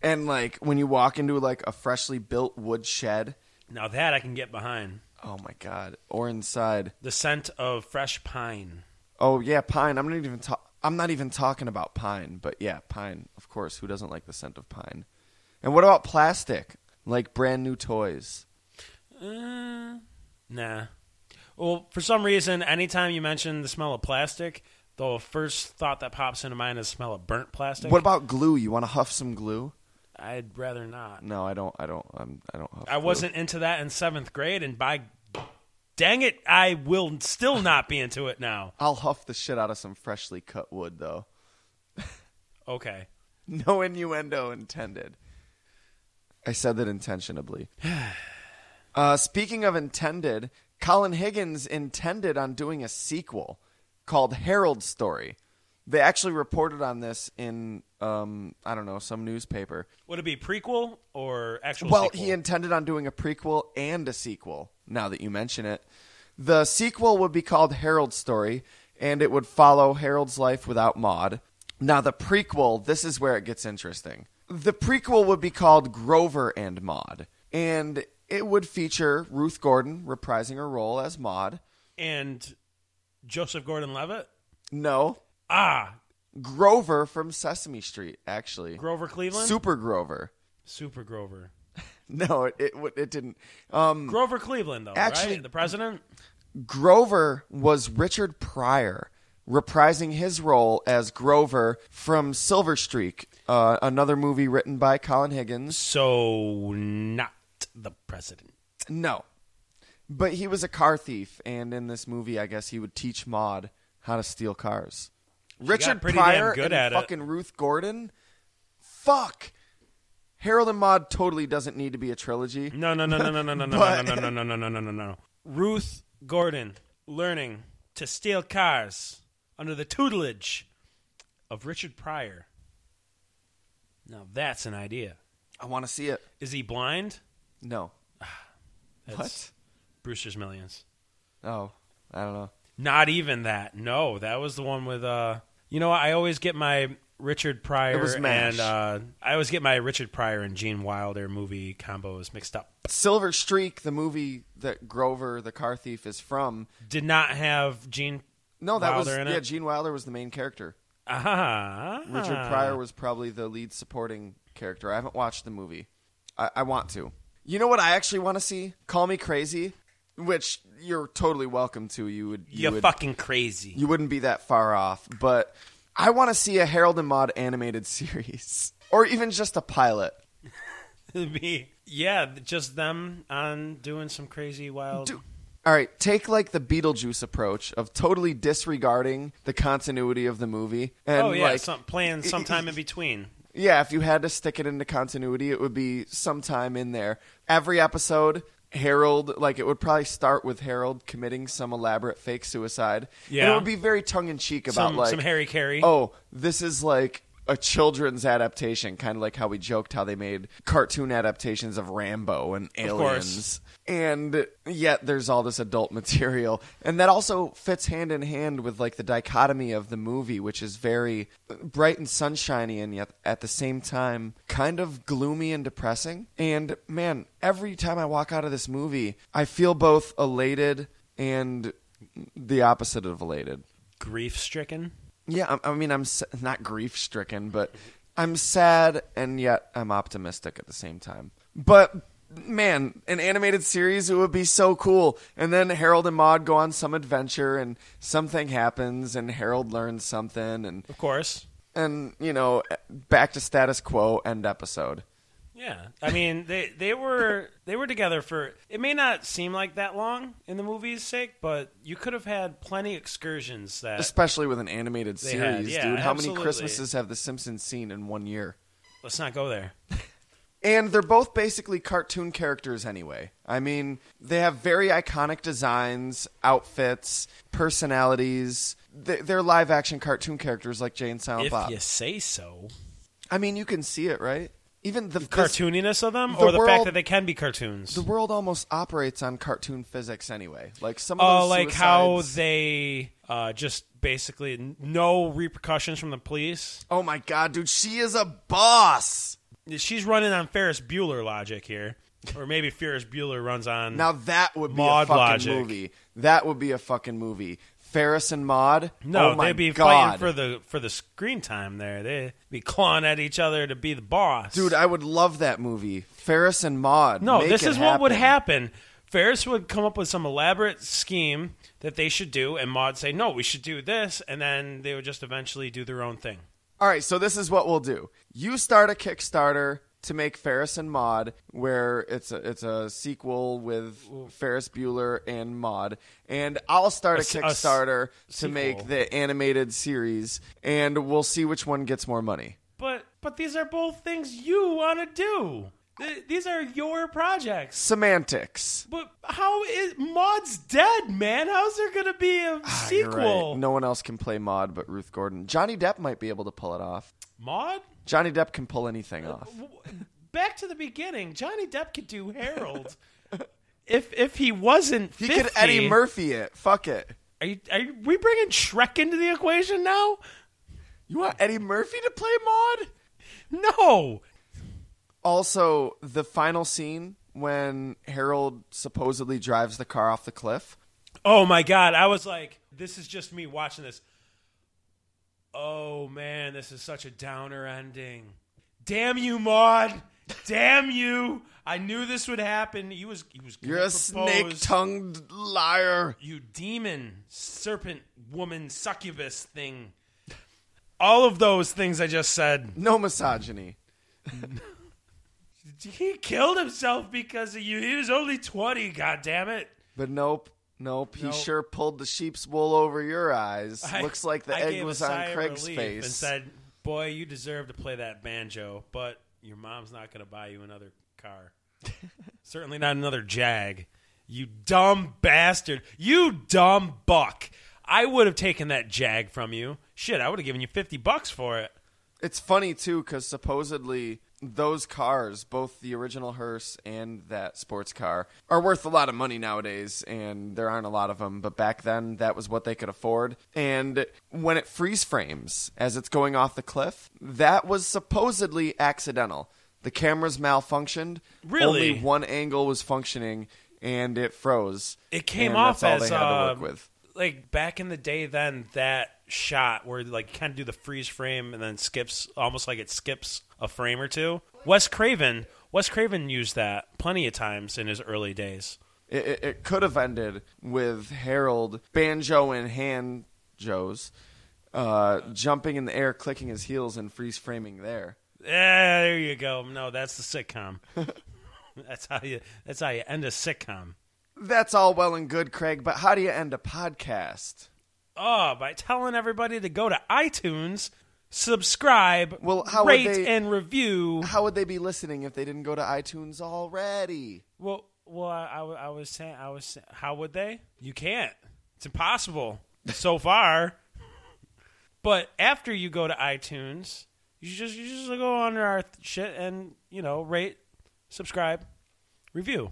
[SPEAKER 1] And, like, when you walk into, like, a freshly built wood shed,
[SPEAKER 2] Now that I can get behind.
[SPEAKER 1] oh my God, or inside.
[SPEAKER 2] The scent of fresh pine.
[SPEAKER 1] Oh, yeah, pine. I'm not even ta- I'm not even talking about pine, but yeah, pine, of course. Who doesn't like the scent of pine? And what about plastic? Like, brand new toys.
[SPEAKER 2] Uh, nah. Well, for some reason, anytime you mention the smell of plastic, the first thought that pops into mind is smell of burnt plastic.
[SPEAKER 1] What about glue? You want to huff some glue?
[SPEAKER 2] I'd rather not.
[SPEAKER 1] No, I don't. I don't. I'm, I don't. Huff
[SPEAKER 2] I
[SPEAKER 1] glue.
[SPEAKER 2] wasn't into that in seventh grade, and by dang it, I will still not be into it now.
[SPEAKER 1] I'll huff the shit out of some freshly cut wood, though. [LAUGHS]
[SPEAKER 2] Okay.
[SPEAKER 1] No innuendo intended. I said that intentionally. [SIGHS] uh, speaking of intended, Colin Higgins intended on doing a sequel called Harold's Story. They actually reported on this in, um, I don't know, some newspaper.
[SPEAKER 2] Would it be prequel or actual?
[SPEAKER 1] Well,
[SPEAKER 2] sequel?
[SPEAKER 1] he intended on doing a prequel and a sequel, now that you mention it. The sequel would be called Harold's Story, and it would follow Harold's life without Maud. Now, the prequel, this is where it gets interesting. The prequel would be called Grover and Maud, and it would feature Ruth Gordon reprising her role as Maud.
[SPEAKER 2] and Joseph Gordon-Levitt.
[SPEAKER 1] No,
[SPEAKER 2] Ah,
[SPEAKER 1] Grover from Sesame Street, actually.
[SPEAKER 2] Grover Cleveland.
[SPEAKER 1] Super Grover. [LAUGHS]
[SPEAKER 2] Super Grover.
[SPEAKER 1] No, it, it, it didn't. Um,
[SPEAKER 2] Grover Cleveland, though,
[SPEAKER 1] Actually-
[SPEAKER 2] right? The president.
[SPEAKER 1] Grover was Richard Pryor, reprising his role as Grover from Silver Streak, uh, another movie written by Colin Higgins.
[SPEAKER 2] So not the president.
[SPEAKER 1] No. But he was a car thief, and in this movie, I guess he would teach Maud how to steal cars. Richard
[SPEAKER 2] pretty
[SPEAKER 1] Pryor
[SPEAKER 2] damn good
[SPEAKER 1] and
[SPEAKER 2] at it.
[SPEAKER 1] fucking Ruth Gordon? Fuck! Harold and Maude totally doesn't need to be a trilogy.
[SPEAKER 2] No, no, no, no, no, no, no, no, no,
[SPEAKER 1] But-
[SPEAKER 2] no, no, no, no, no, no, no, no. Ruth Gordon learning to steal cars under the tutelage of Richard Pryor. Now that's an idea.
[SPEAKER 1] I want to see it.
[SPEAKER 2] Is he blind?
[SPEAKER 1] No.
[SPEAKER 2] That's
[SPEAKER 1] What?
[SPEAKER 2] Brewster's Millions.
[SPEAKER 1] Oh, I don't know.
[SPEAKER 2] Not even that. No, that was the one with uh you know I always get my Richard Pryor
[SPEAKER 1] It was MASH.
[SPEAKER 2] and uh I always get my Richard Pryor and Gene Wilder movie combos mixed up.
[SPEAKER 1] Silver Streak, the movie that Grover the car thief is from.
[SPEAKER 2] Did not have Gene
[SPEAKER 1] No, that
[SPEAKER 2] Wilder in
[SPEAKER 1] was yeah.
[SPEAKER 2] it.
[SPEAKER 1] Gene Wilder was the main character.
[SPEAKER 2] Ah,
[SPEAKER 1] Richard Pryor was probably the lead supporting character. I haven't watched the movie. I, I want to. You know what I actually want to see? Call Me Crazy, which you're totally welcome to. You would. You
[SPEAKER 2] You're
[SPEAKER 1] would,
[SPEAKER 2] fucking crazy.
[SPEAKER 1] You wouldn't be that far off, but I want to see a Harold and Maude animated [LAUGHS] series, or even just a pilot.
[SPEAKER 2] [LAUGHS] It'd be- yeah, just them on doing some crazy wild.
[SPEAKER 1] Do- all right, take like the Beetlejuice approach of totally disregarding the continuity of the movie, and
[SPEAKER 2] oh yeah,
[SPEAKER 1] like,
[SPEAKER 2] some, playing sometime in between.
[SPEAKER 1] yeah, if you had to stick it into continuity, it would be sometime in there. Every episode, Harold, like it would probably start with Harold committing some elaborate fake suicide. and
[SPEAKER 2] Yeah.
[SPEAKER 1] it would be very tongue in cheek about
[SPEAKER 2] Some-
[SPEAKER 1] like
[SPEAKER 2] some Harry Carey.
[SPEAKER 1] Oh, this is like. A children's adaptation, kind of like how we joked how they made cartoon adaptations of Rambo and
[SPEAKER 2] course.
[SPEAKER 1] Aliens, and yet there's all this adult material, and that also fits hand in hand with like the dichotomy of the movie, which is very bright and sunshiny, and yet at the same time kind of gloomy and depressing. And man, every time I walk out of this movie, I feel both elated and the opposite of elated.
[SPEAKER 2] Grief stricken.
[SPEAKER 1] Yeah, I, I mean, I'm s- not grief stricken, but I'm sad and yet I'm optimistic at the same time. But man, an animated series it would be so cool. And then Harold and Maude go on some adventure, and something happens, and Harold learns something, and
[SPEAKER 2] Of course.
[SPEAKER 1] and you know, e, back to status quo. End episode.
[SPEAKER 2] Yeah,
[SPEAKER 1] [LAUGHS]
[SPEAKER 2] I mean they they were they were together for it may not seem like that long in the movie's sake, but you could have had plenty excursions that
[SPEAKER 1] Especially with an animated
[SPEAKER 2] They had-
[SPEAKER 1] series,
[SPEAKER 2] yeah,
[SPEAKER 1] dude. How
[SPEAKER 2] absolutely.
[SPEAKER 1] many Christmases have The Simpsons seen in one year?
[SPEAKER 2] let's not go there.
[SPEAKER 1] And they're both basically cartoon characters anyway. I mean, they have very iconic designs, outfits, personalities. They- They're live action cartoon characters like Jay and Silent
[SPEAKER 2] if
[SPEAKER 1] Bob.
[SPEAKER 2] you say so,
[SPEAKER 1] I mean, you can see it, right? Even the, this-
[SPEAKER 2] cartooniness of them,
[SPEAKER 1] the
[SPEAKER 2] or the fact
[SPEAKER 1] world-
[SPEAKER 2] that they can be cartoons.
[SPEAKER 1] the world almost operates on cartoon physics anyway. Like some of
[SPEAKER 2] Oh,
[SPEAKER 1] those
[SPEAKER 2] like how
[SPEAKER 1] suicides-
[SPEAKER 2] they uh, just basically n- no repercussions from the police.
[SPEAKER 1] Oh my god, dude, she is a boss.
[SPEAKER 2] She's running on Ferris Bueller logic here, or maybe Ferris Bueller runs on.
[SPEAKER 1] Now that would be
[SPEAKER 2] Maud
[SPEAKER 1] a fucking
[SPEAKER 2] logic.
[SPEAKER 1] movie. That would be a fucking movie. Ferris and Maud.
[SPEAKER 2] no,
[SPEAKER 1] oh my
[SPEAKER 2] they'd be
[SPEAKER 1] god.
[SPEAKER 2] fighting for the for the screen time there. They'd be clawing at each other to be the boss,
[SPEAKER 1] Dude, I would love that movie. Ferris and Maud.
[SPEAKER 2] No,
[SPEAKER 1] Make
[SPEAKER 2] this
[SPEAKER 1] it
[SPEAKER 2] is what would happen. Ferris would come up with some elaborate scheme that they should do, and Maud say, "No, we should do this," and then they would just eventually do their own thing.
[SPEAKER 1] All right, so this is what we'll do. You start a Kickstarter to make Ferris and Maud, where it's a, it's a sequel with Ferris Bueller and Maud, and I'll start a,
[SPEAKER 2] s- a s-
[SPEAKER 1] Kickstarter to
[SPEAKER 2] sequel.
[SPEAKER 1] make the animated series, and we'll see which one gets more money.
[SPEAKER 2] But but these are both things you want to do. Th- these are your projects.
[SPEAKER 1] Semantics.
[SPEAKER 2] But how is Maud's dead, man? How's there gonna be
[SPEAKER 1] Ah,
[SPEAKER 2] a
[SPEAKER 1] You're right.
[SPEAKER 2] sequel?
[SPEAKER 1] No one else can play Maud but Ruth Gordon. Johnny Depp might be able to pull it off.
[SPEAKER 2] Maud?
[SPEAKER 1] Johnny Depp can pull anything off.
[SPEAKER 2] W- Back to the beginning. Johnny Depp could
[SPEAKER 1] [LAUGHS]
[SPEAKER 2] do Harold. if if he wasn't,
[SPEAKER 1] He
[SPEAKER 2] 50,
[SPEAKER 1] could Eddie Murphy it. Fuck it.
[SPEAKER 2] Are, you, are you- we bringing Shrek into the equation now?
[SPEAKER 1] You want Eddie Murphy to play Maud?
[SPEAKER 2] No.
[SPEAKER 1] Also, the final scene when Harold supposedly drives the car off the cliff.
[SPEAKER 2] Oh my god, I was like, this is just me watching this. Oh man, this is such a downer ending. Damn you, Maud. Damn you. I knew this would happen. He was he was gonna
[SPEAKER 1] You're a
[SPEAKER 2] propose.
[SPEAKER 1] snake tongued liar.
[SPEAKER 2] you demon, serpent, woman, succubus thing. All of those things I just said.
[SPEAKER 1] No misogyny.
[SPEAKER 2] He killed himself because of you. He was only 20, god damn it.
[SPEAKER 1] But nope. Nope, he
[SPEAKER 2] Nope.
[SPEAKER 1] sure pulled the sheep's wool over your eyes.
[SPEAKER 2] I-
[SPEAKER 1] Looks like the
[SPEAKER 2] I gave
[SPEAKER 1] egg
[SPEAKER 2] a
[SPEAKER 1] was
[SPEAKER 2] sigh
[SPEAKER 1] on
[SPEAKER 2] of
[SPEAKER 1] Craig's
[SPEAKER 2] relief
[SPEAKER 1] face.
[SPEAKER 2] And said, "Boy, you deserve to play that banjo, but your mom's not going to buy you another
[SPEAKER 1] [LAUGHS]
[SPEAKER 2] car. Certainly not another Jag. You dumb bastard. You dumb buck. I would have taken that Jag from you. Shit, I would have given you fifty bucks for it.
[SPEAKER 1] It's funny too, because supposedly those cars, both the original hearse and that sports car, are worth a lot of money nowadays, and there aren't a lot of them. But back then, that was what they could afford. And when it freeze frames as it's going off the cliff, that was supposedly accidental. The cameras malfunctioned.
[SPEAKER 2] Really?
[SPEAKER 1] only one angle was functioning, and it froze.
[SPEAKER 2] It came
[SPEAKER 1] and
[SPEAKER 2] off
[SPEAKER 1] that's all
[SPEAKER 2] as
[SPEAKER 1] they had to
[SPEAKER 2] um,
[SPEAKER 1] work with.
[SPEAKER 2] like back in the day. Then that shot where like kind of do the freeze frame and then skips almost like it skips a frame or two. Wes Craven, Wes Craven used that plenty of times in his early days.
[SPEAKER 1] It, it, it could have ended with Harold banjo in hand, Joe's, uh, jumping in the air, clicking his heels, and freeze framing there.
[SPEAKER 2] Eh, there you go. No, that's the
[SPEAKER 1] [LAUGHS]
[SPEAKER 2] sitcom. that's how you. That's how you end a sitcom.
[SPEAKER 1] That's all well and good, Craig, but how do you end a podcast?
[SPEAKER 2] Oh, by telling everybody to go to iTunes, subscribe,
[SPEAKER 1] Well, how would
[SPEAKER 2] rate
[SPEAKER 1] they-
[SPEAKER 2] and review.
[SPEAKER 1] How would they be listening if they didn't go to iTunes already?
[SPEAKER 2] Well, well, I, I w- I was saying, I was. sa- How would they? You can't. It's impossible so far. But after you go to iTunes, you just you just go under our th- shit and you know rate, subscribe, review.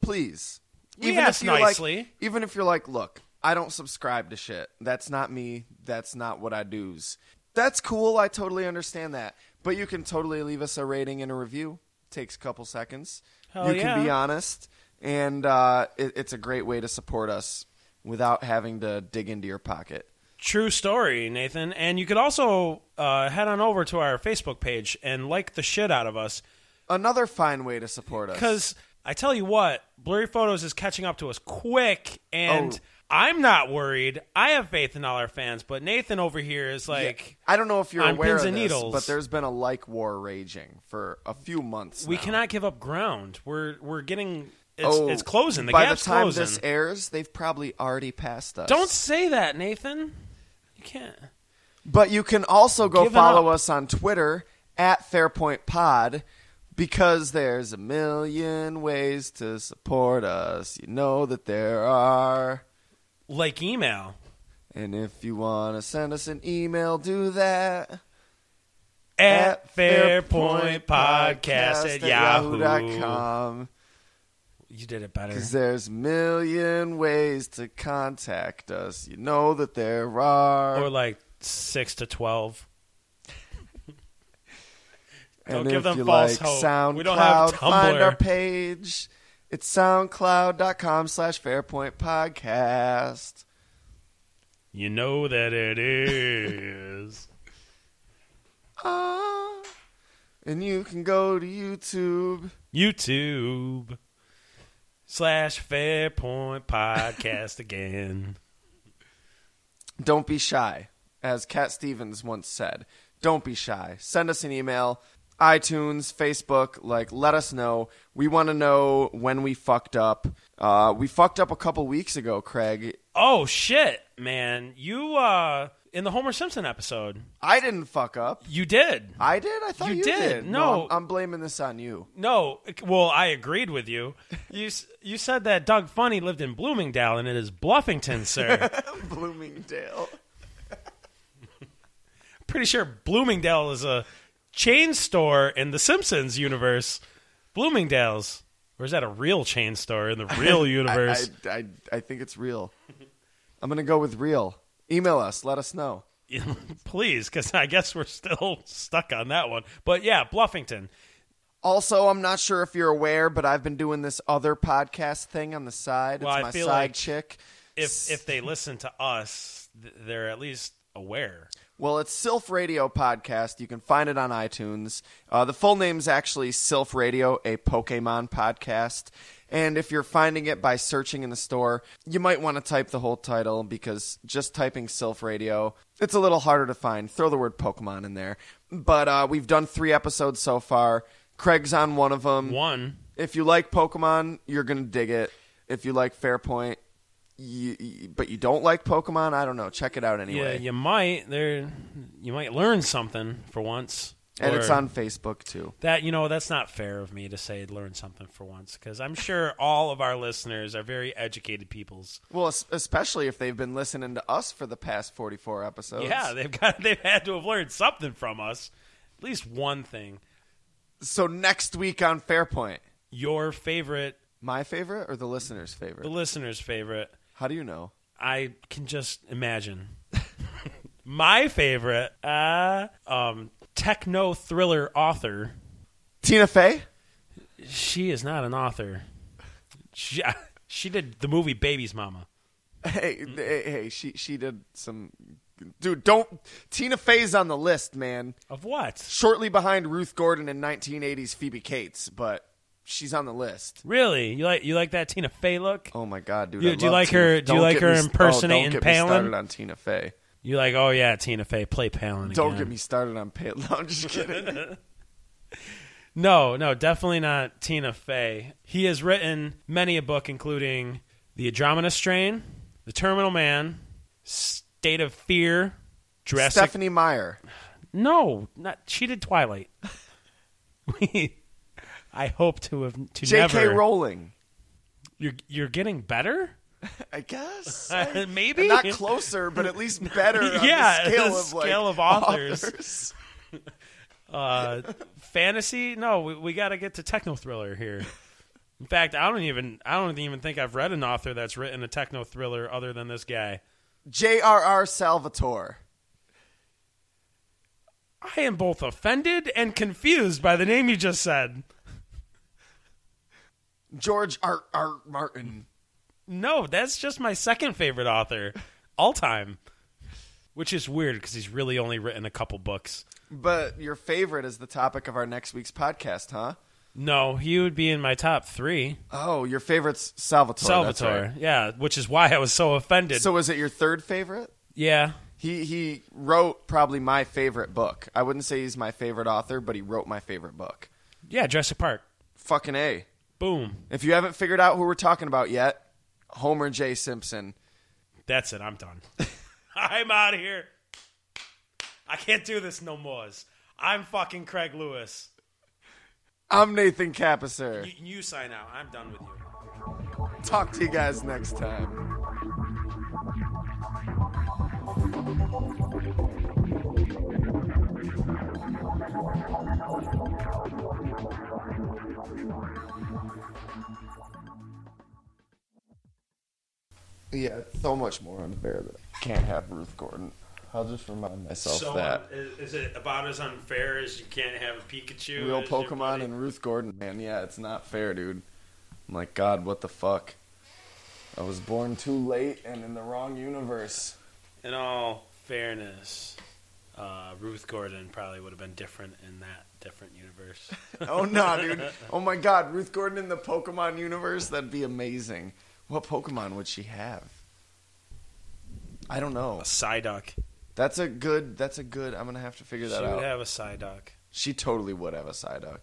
[SPEAKER 1] Please.
[SPEAKER 2] We asked
[SPEAKER 1] you're Like,
[SPEAKER 2] nicely.
[SPEAKER 1] even if you're like, look, I don't subscribe to shit. That's not me. That's not what I do's. That's cool. I totally understand that. But you can totally leave us a rating and a review. Takes a couple seconds.
[SPEAKER 2] Hell
[SPEAKER 1] you can be
[SPEAKER 2] yeah.
[SPEAKER 1] honest. And uh, it, it's a great way to support us without having to dig into your pocket.
[SPEAKER 2] True story, Nathan. And you could also uh, head on over to our Facebook page and like the shit out of us
[SPEAKER 1] Another fine way to support us.
[SPEAKER 2] because I tell you what, Blurry Photos is catching up to us quick, and
[SPEAKER 1] Oh.
[SPEAKER 2] I'm not worried. I have faith in all our fans, but Nathan over here is like.
[SPEAKER 1] I don't know if you're
[SPEAKER 2] on
[SPEAKER 1] aware
[SPEAKER 2] pins
[SPEAKER 1] of
[SPEAKER 2] and
[SPEAKER 1] this,
[SPEAKER 2] needles.
[SPEAKER 1] but there's been a like war raging for a few months.
[SPEAKER 2] We
[SPEAKER 1] now.
[SPEAKER 2] cannot give up ground. We're we're getting it's,
[SPEAKER 1] Oh,
[SPEAKER 2] it's closing. The
[SPEAKER 1] by
[SPEAKER 2] gap's
[SPEAKER 1] the time
[SPEAKER 2] closing.
[SPEAKER 1] this airs, they've probably already passed us.
[SPEAKER 2] Don't say that, Nathan. You can't.
[SPEAKER 1] But you can also go
[SPEAKER 2] Give it
[SPEAKER 1] follow
[SPEAKER 2] up.
[SPEAKER 1] us on Twitter at Fairpoint Pod because there's a million ways to support us. You know that there are.
[SPEAKER 2] Like email
[SPEAKER 1] And if you want to send us an email, do that.
[SPEAKER 2] at fairpointpodcast at yahoo.com.
[SPEAKER 1] yahoo.com.
[SPEAKER 2] You did it better.
[SPEAKER 1] Because there's a million ways to contact us. You know that there are.
[SPEAKER 2] Or like six to twelve. Don't
[SPEAKER 1] and
[SPEAKER 2] give
[SPEAKER 1] if
[SPEAKER 2] them
[SPEAKER 1] you
[SPEAKER 2] false
[SPEAKER 1] like
[SPEAKER 2] hope.
[SPEAKER 1] SoundCloud,
[SPEAKER 2] We don't have
[SPEAKER 1] find
[SPEAKER 2] Tumblr.
[SPEAKER 1] our page. It's soundcloud.com slash fairpoint podcast.
[SPEAKER 2] You know that it is.
[SPEAKER 1] Ah. and you can go to YouTube.
[SPEAKER 2] YouTube slash Fairpoint Podcast again.
[SPEAKER 1] Don't be shy. As Cat Stevens once said, don't be shy. Send us an email, iTunes, Facebook, like, let us know. We want to know when we fucked up. Uh, we fucked up a couple weeks ago, Craig.
[SPEAKER 2] Oh shit, man! You uh in the Homer Simpson episode,
[SPEAKER 1] I didn't fuck up.
[SPEAKER 2] you did.
[SPEAKER 1] I did? I thought
[SPEAKER 2] You
[SPEAKER 1] you,
[SPEAKER 2] did. No.
[SPEAKER 1] I'm, I'm blaming this on you.
[SPEAKER 2] No, well, I agreed with you. You s- you said that Doug Funny lived in Bloomingdale, and it is Bluffington, sir.
[SPEAKER 1] [LAUGHS] Bloomingdale.
[SPEAKER 2] Pretty sure Bloomingdale is a chain store in the Simpsons universe. Bloomingdale's, or is that a real chain
[SPEAKER 1] [LAUGHS]
[SPEAKER 2] store in the real
[SPEAKER 1] I,
[SPEAKER 2] universe?
[SPEAKER 1] I, I, I think it's real. I'm going to go with real. Email us. Let us know.
[SPEAKER 2] [LAUGHS] Please, because I guess we're still stuck on that one. But yeah, Bluffington.
[SPEAKER 1] Also, I'm not sure if you're aware, but I've been doing this other podcast thing on the side.
[SPEAKER 2] Well, I
[SPEAKER 1] it's my
[SPEAKER 2] feel
[SPEAKER 1] side
[SPEAKER 2] like
[SPEAKER 1] chick.
[SPEAKER 2] If if they listen to us, th- they're at least aware.
[SPEAKER 1] Well, it's Sylph Radio Podcast. You can find it on iTunes. Uh, the full name's actually Sylph Radio, a Pokemon podcast. And if you're finding it by searching in the store, you might want to type the whole title because just typing Sylph Radio, it's a little harder to find. Throw the word Pokemon in there. But uh, we've done three episodes so far. Craig's on one of them.
[SPEAKER 2] One,
[SPEAKER 1] If you like Pokemon, you're going to dig it. If you like Fairpoint, you, you, but you don't like Pokemon, I don't know. Check it out anyway.
[SPEAKER 2] yeah, you might there, you might learn something for once.
[SPEAKER 1] And it's
[SPEAKER 2] Or-
[SPEAKER 1] on Facebook too.
[SPEAKER 2] That you know, that's not fair of me to say learn something for once, because I'm sure all of our listeners are very educated peoples.
[SPEAKER 1] Well, es- especially if they've been listening to us for the past 44 episodes.
[SPEAKER 2] Yeah, they've got [LAUGHS] they've had to have learned something from us, at least one thing.
[SPEAKER 1] So next week on Fairpoint,
[SPEAKER 2] Your favorite,
[SPEAKER 1] my favorite or the listener's
[SPEAKER 2] the
[SPEAKER 1] favorite?
[SPEAKER 2] listener's favorite.
[SPEAKER 1] How do you know?
[SPEAKER 2] I can just
[SPEAKER 1] [LAUGHS]
[SPEAKER 2] imagine. My favorite, uh, um, techno thriller author.
[SPEAKER 1] Tina Fey? [LAUGHS]
[SPEAKER 2] She is not an author. She, [LAUGHS] she did the movie Baby's Mama.
[SPEAKER 1] Hey,
[SPEAKER 2] Mm.
[SPEAKER 1] hey, hey, she she did some Dude, don't Tina Fey's on the list, man.
[SPEAKER 2] Of what?
[SPEAKER 1] Shortly behind Ruth Gordon and 1980s Phoebe Cates, but she's on the list.
[SPEAKER 2] Really? You like you like that Tina Fey look?
[SPEAKER 1] Oh my god, dude!
[SPEAKER 2] You-
[SPEAKER 1] I
[SPEAKER 2] do you
[SPEAKER 1] love
[SPEAKER 2] like
[SPEAKER 1] Tina-
[SPEAKER 2] her- do you
[SPEAKER 1] Don't
[SPEAKER 2] like
[SPEAKER 1] get
[SPEAKER 2] her
[SPEAKER 1] me, st- oh,
[SPEAKER 2] impersonating
[SPEAKER 1] don't get
[SPEAKER 2] Palin?
[SPEAKER 1] Me started on Tina Fey.
[SPEAKER 2] You like, oh yeah, Tina Fey, play Palin.
[SPEAKER 1] Don't
[SPEAKER 2] again.
[SPEAKER 1] get me started on Palin. [LAUGHS] No, I'm just kidding.
[SPEAKER 2] No, no, definitely not Tina Fey. He has written many a book, including The Andromeda Strain, The Terminal Man, State of Fear, Jurassic.
[SPEAKER 1] Stephanie Meyer.
[SPEAKER 2] No, not she did Twilight. [LAUGHS] We, I hope to have to
[SPEAKER 1] J.K.
[SPEAKER 2] never.
[SPEAKER 1] Rowling.
[SPEAKER 2] You're you're getting better. Uh,
[SPEAKER 1] I [LAUGHS] guess.
[SPEAKER 2] [LAUGHS] Maybe
[SPEAKER 1] Not closer, but at least better. On
[SPEAKER 2] [LAUGHS] Yeah,
[SPEAKER 1] the scale
[SPEAKER 2] the
[SPEAKER 1] of like,
[SPEAKER 2] scale of authors.
[SPEAKER 1] authors.
[SPEAKER 2] uh, fantasy. No, we, we got to get to techno thriller here. In fact, I don't even I don't even think I've read an author that's written a techno thriller other than this guy.
[SPEAKER 1] J.R.R. Salvatore.
[SPEAKER 2] I am both offended and confused by the name you just said.
[SPEAKER 1] George R. R. Martin.
[SPEAKER 2] No, that's just my second favorite author all time. which is weird because he's really only written a couple books.
[SPEAKER 1] But your favorite is the topic of our next week's podcast, huh?
[SPEAKER 2] No, he would be in my top three.
[SPEAKER 1] Oh, your favorite's Salvatore. Oh, that's
[SPEAKER 2] Salvatore,
[SPEAKER 1] right.
[SPEAKER 2] yeah, which is why I was so offended.
[SPEAKER 1] So is it your third favorite?
[SPEAKER 2] yeah,
[SPEAKER 1] He he wrote probably my favorite book. I wouldn't say he's my favorite author, but he wrote my favorite book.
[SPEAKER 2] yeah, Jurassic Park.
[SPEAKER 1] Fucking A.
[SPEAKER 2] Boom,
[SPEAKER 1] If you haven't figured out who we're talking about yet, Homer J. Simpson.
[SPEAKER 2] that's it.
[SPEAKER 1] [LAUGHS]
[SPEAKER 2] I'm done. I'm out of here. I can't do this no more. I'm fucking Craig Lewis.
[SPEAKER 1] I'm Nathan Capisser.
[SPEAKER 2] You, you sign out. I'm done with you.
[SPEAKER 1] Talk to you guys next time. Yeah, it's so much more unfair that I can't have Ruth Gordon. I'll just remind myself
[SPEAKER 2] so uh,
[SPEAKER 1] that.
[SPEAKER 2] Is, is it about as unfair as you can't have a Pikachu?
[SPEAKER 1] Real
[SPEAKER 2] as your buddy?
[SPEAKER 1] Pokemon and Ruth Gordon, man. Yeah, it's not fair, dude. I'm like, God, what the fuck? I was born too late and in the wrong
[SPEAKER 2] [LAUGHS]
[SPEAKER 1] universe.
[SPEAKER 2] in all fairness, uh, Ruth Gordon probably would have been different in that different universe.
[SPEAKER 1] [LAUGHS] Oh, no,
[SPEAKER 2] [LAUGHS]
[SPEAKER 1] dude. Oh, my God. Ruth Gordon in the Pokemon universe? That'd be amazing. What Pokemon would she have? I don't know.
[SPEAKER 2] a Psyduck.
[SPEAKER 1] That's a good. That's a good. I'm gonna have to figure
[SPEAKER 2] She
[SPEAKER 1] that
[SPEAKER 2] would
[SPEAKER 1] out.
[SPEAKER 2] have a Psyduck. [LAUGHS]
[SPEAKER 1] she totally would have a Psyduck.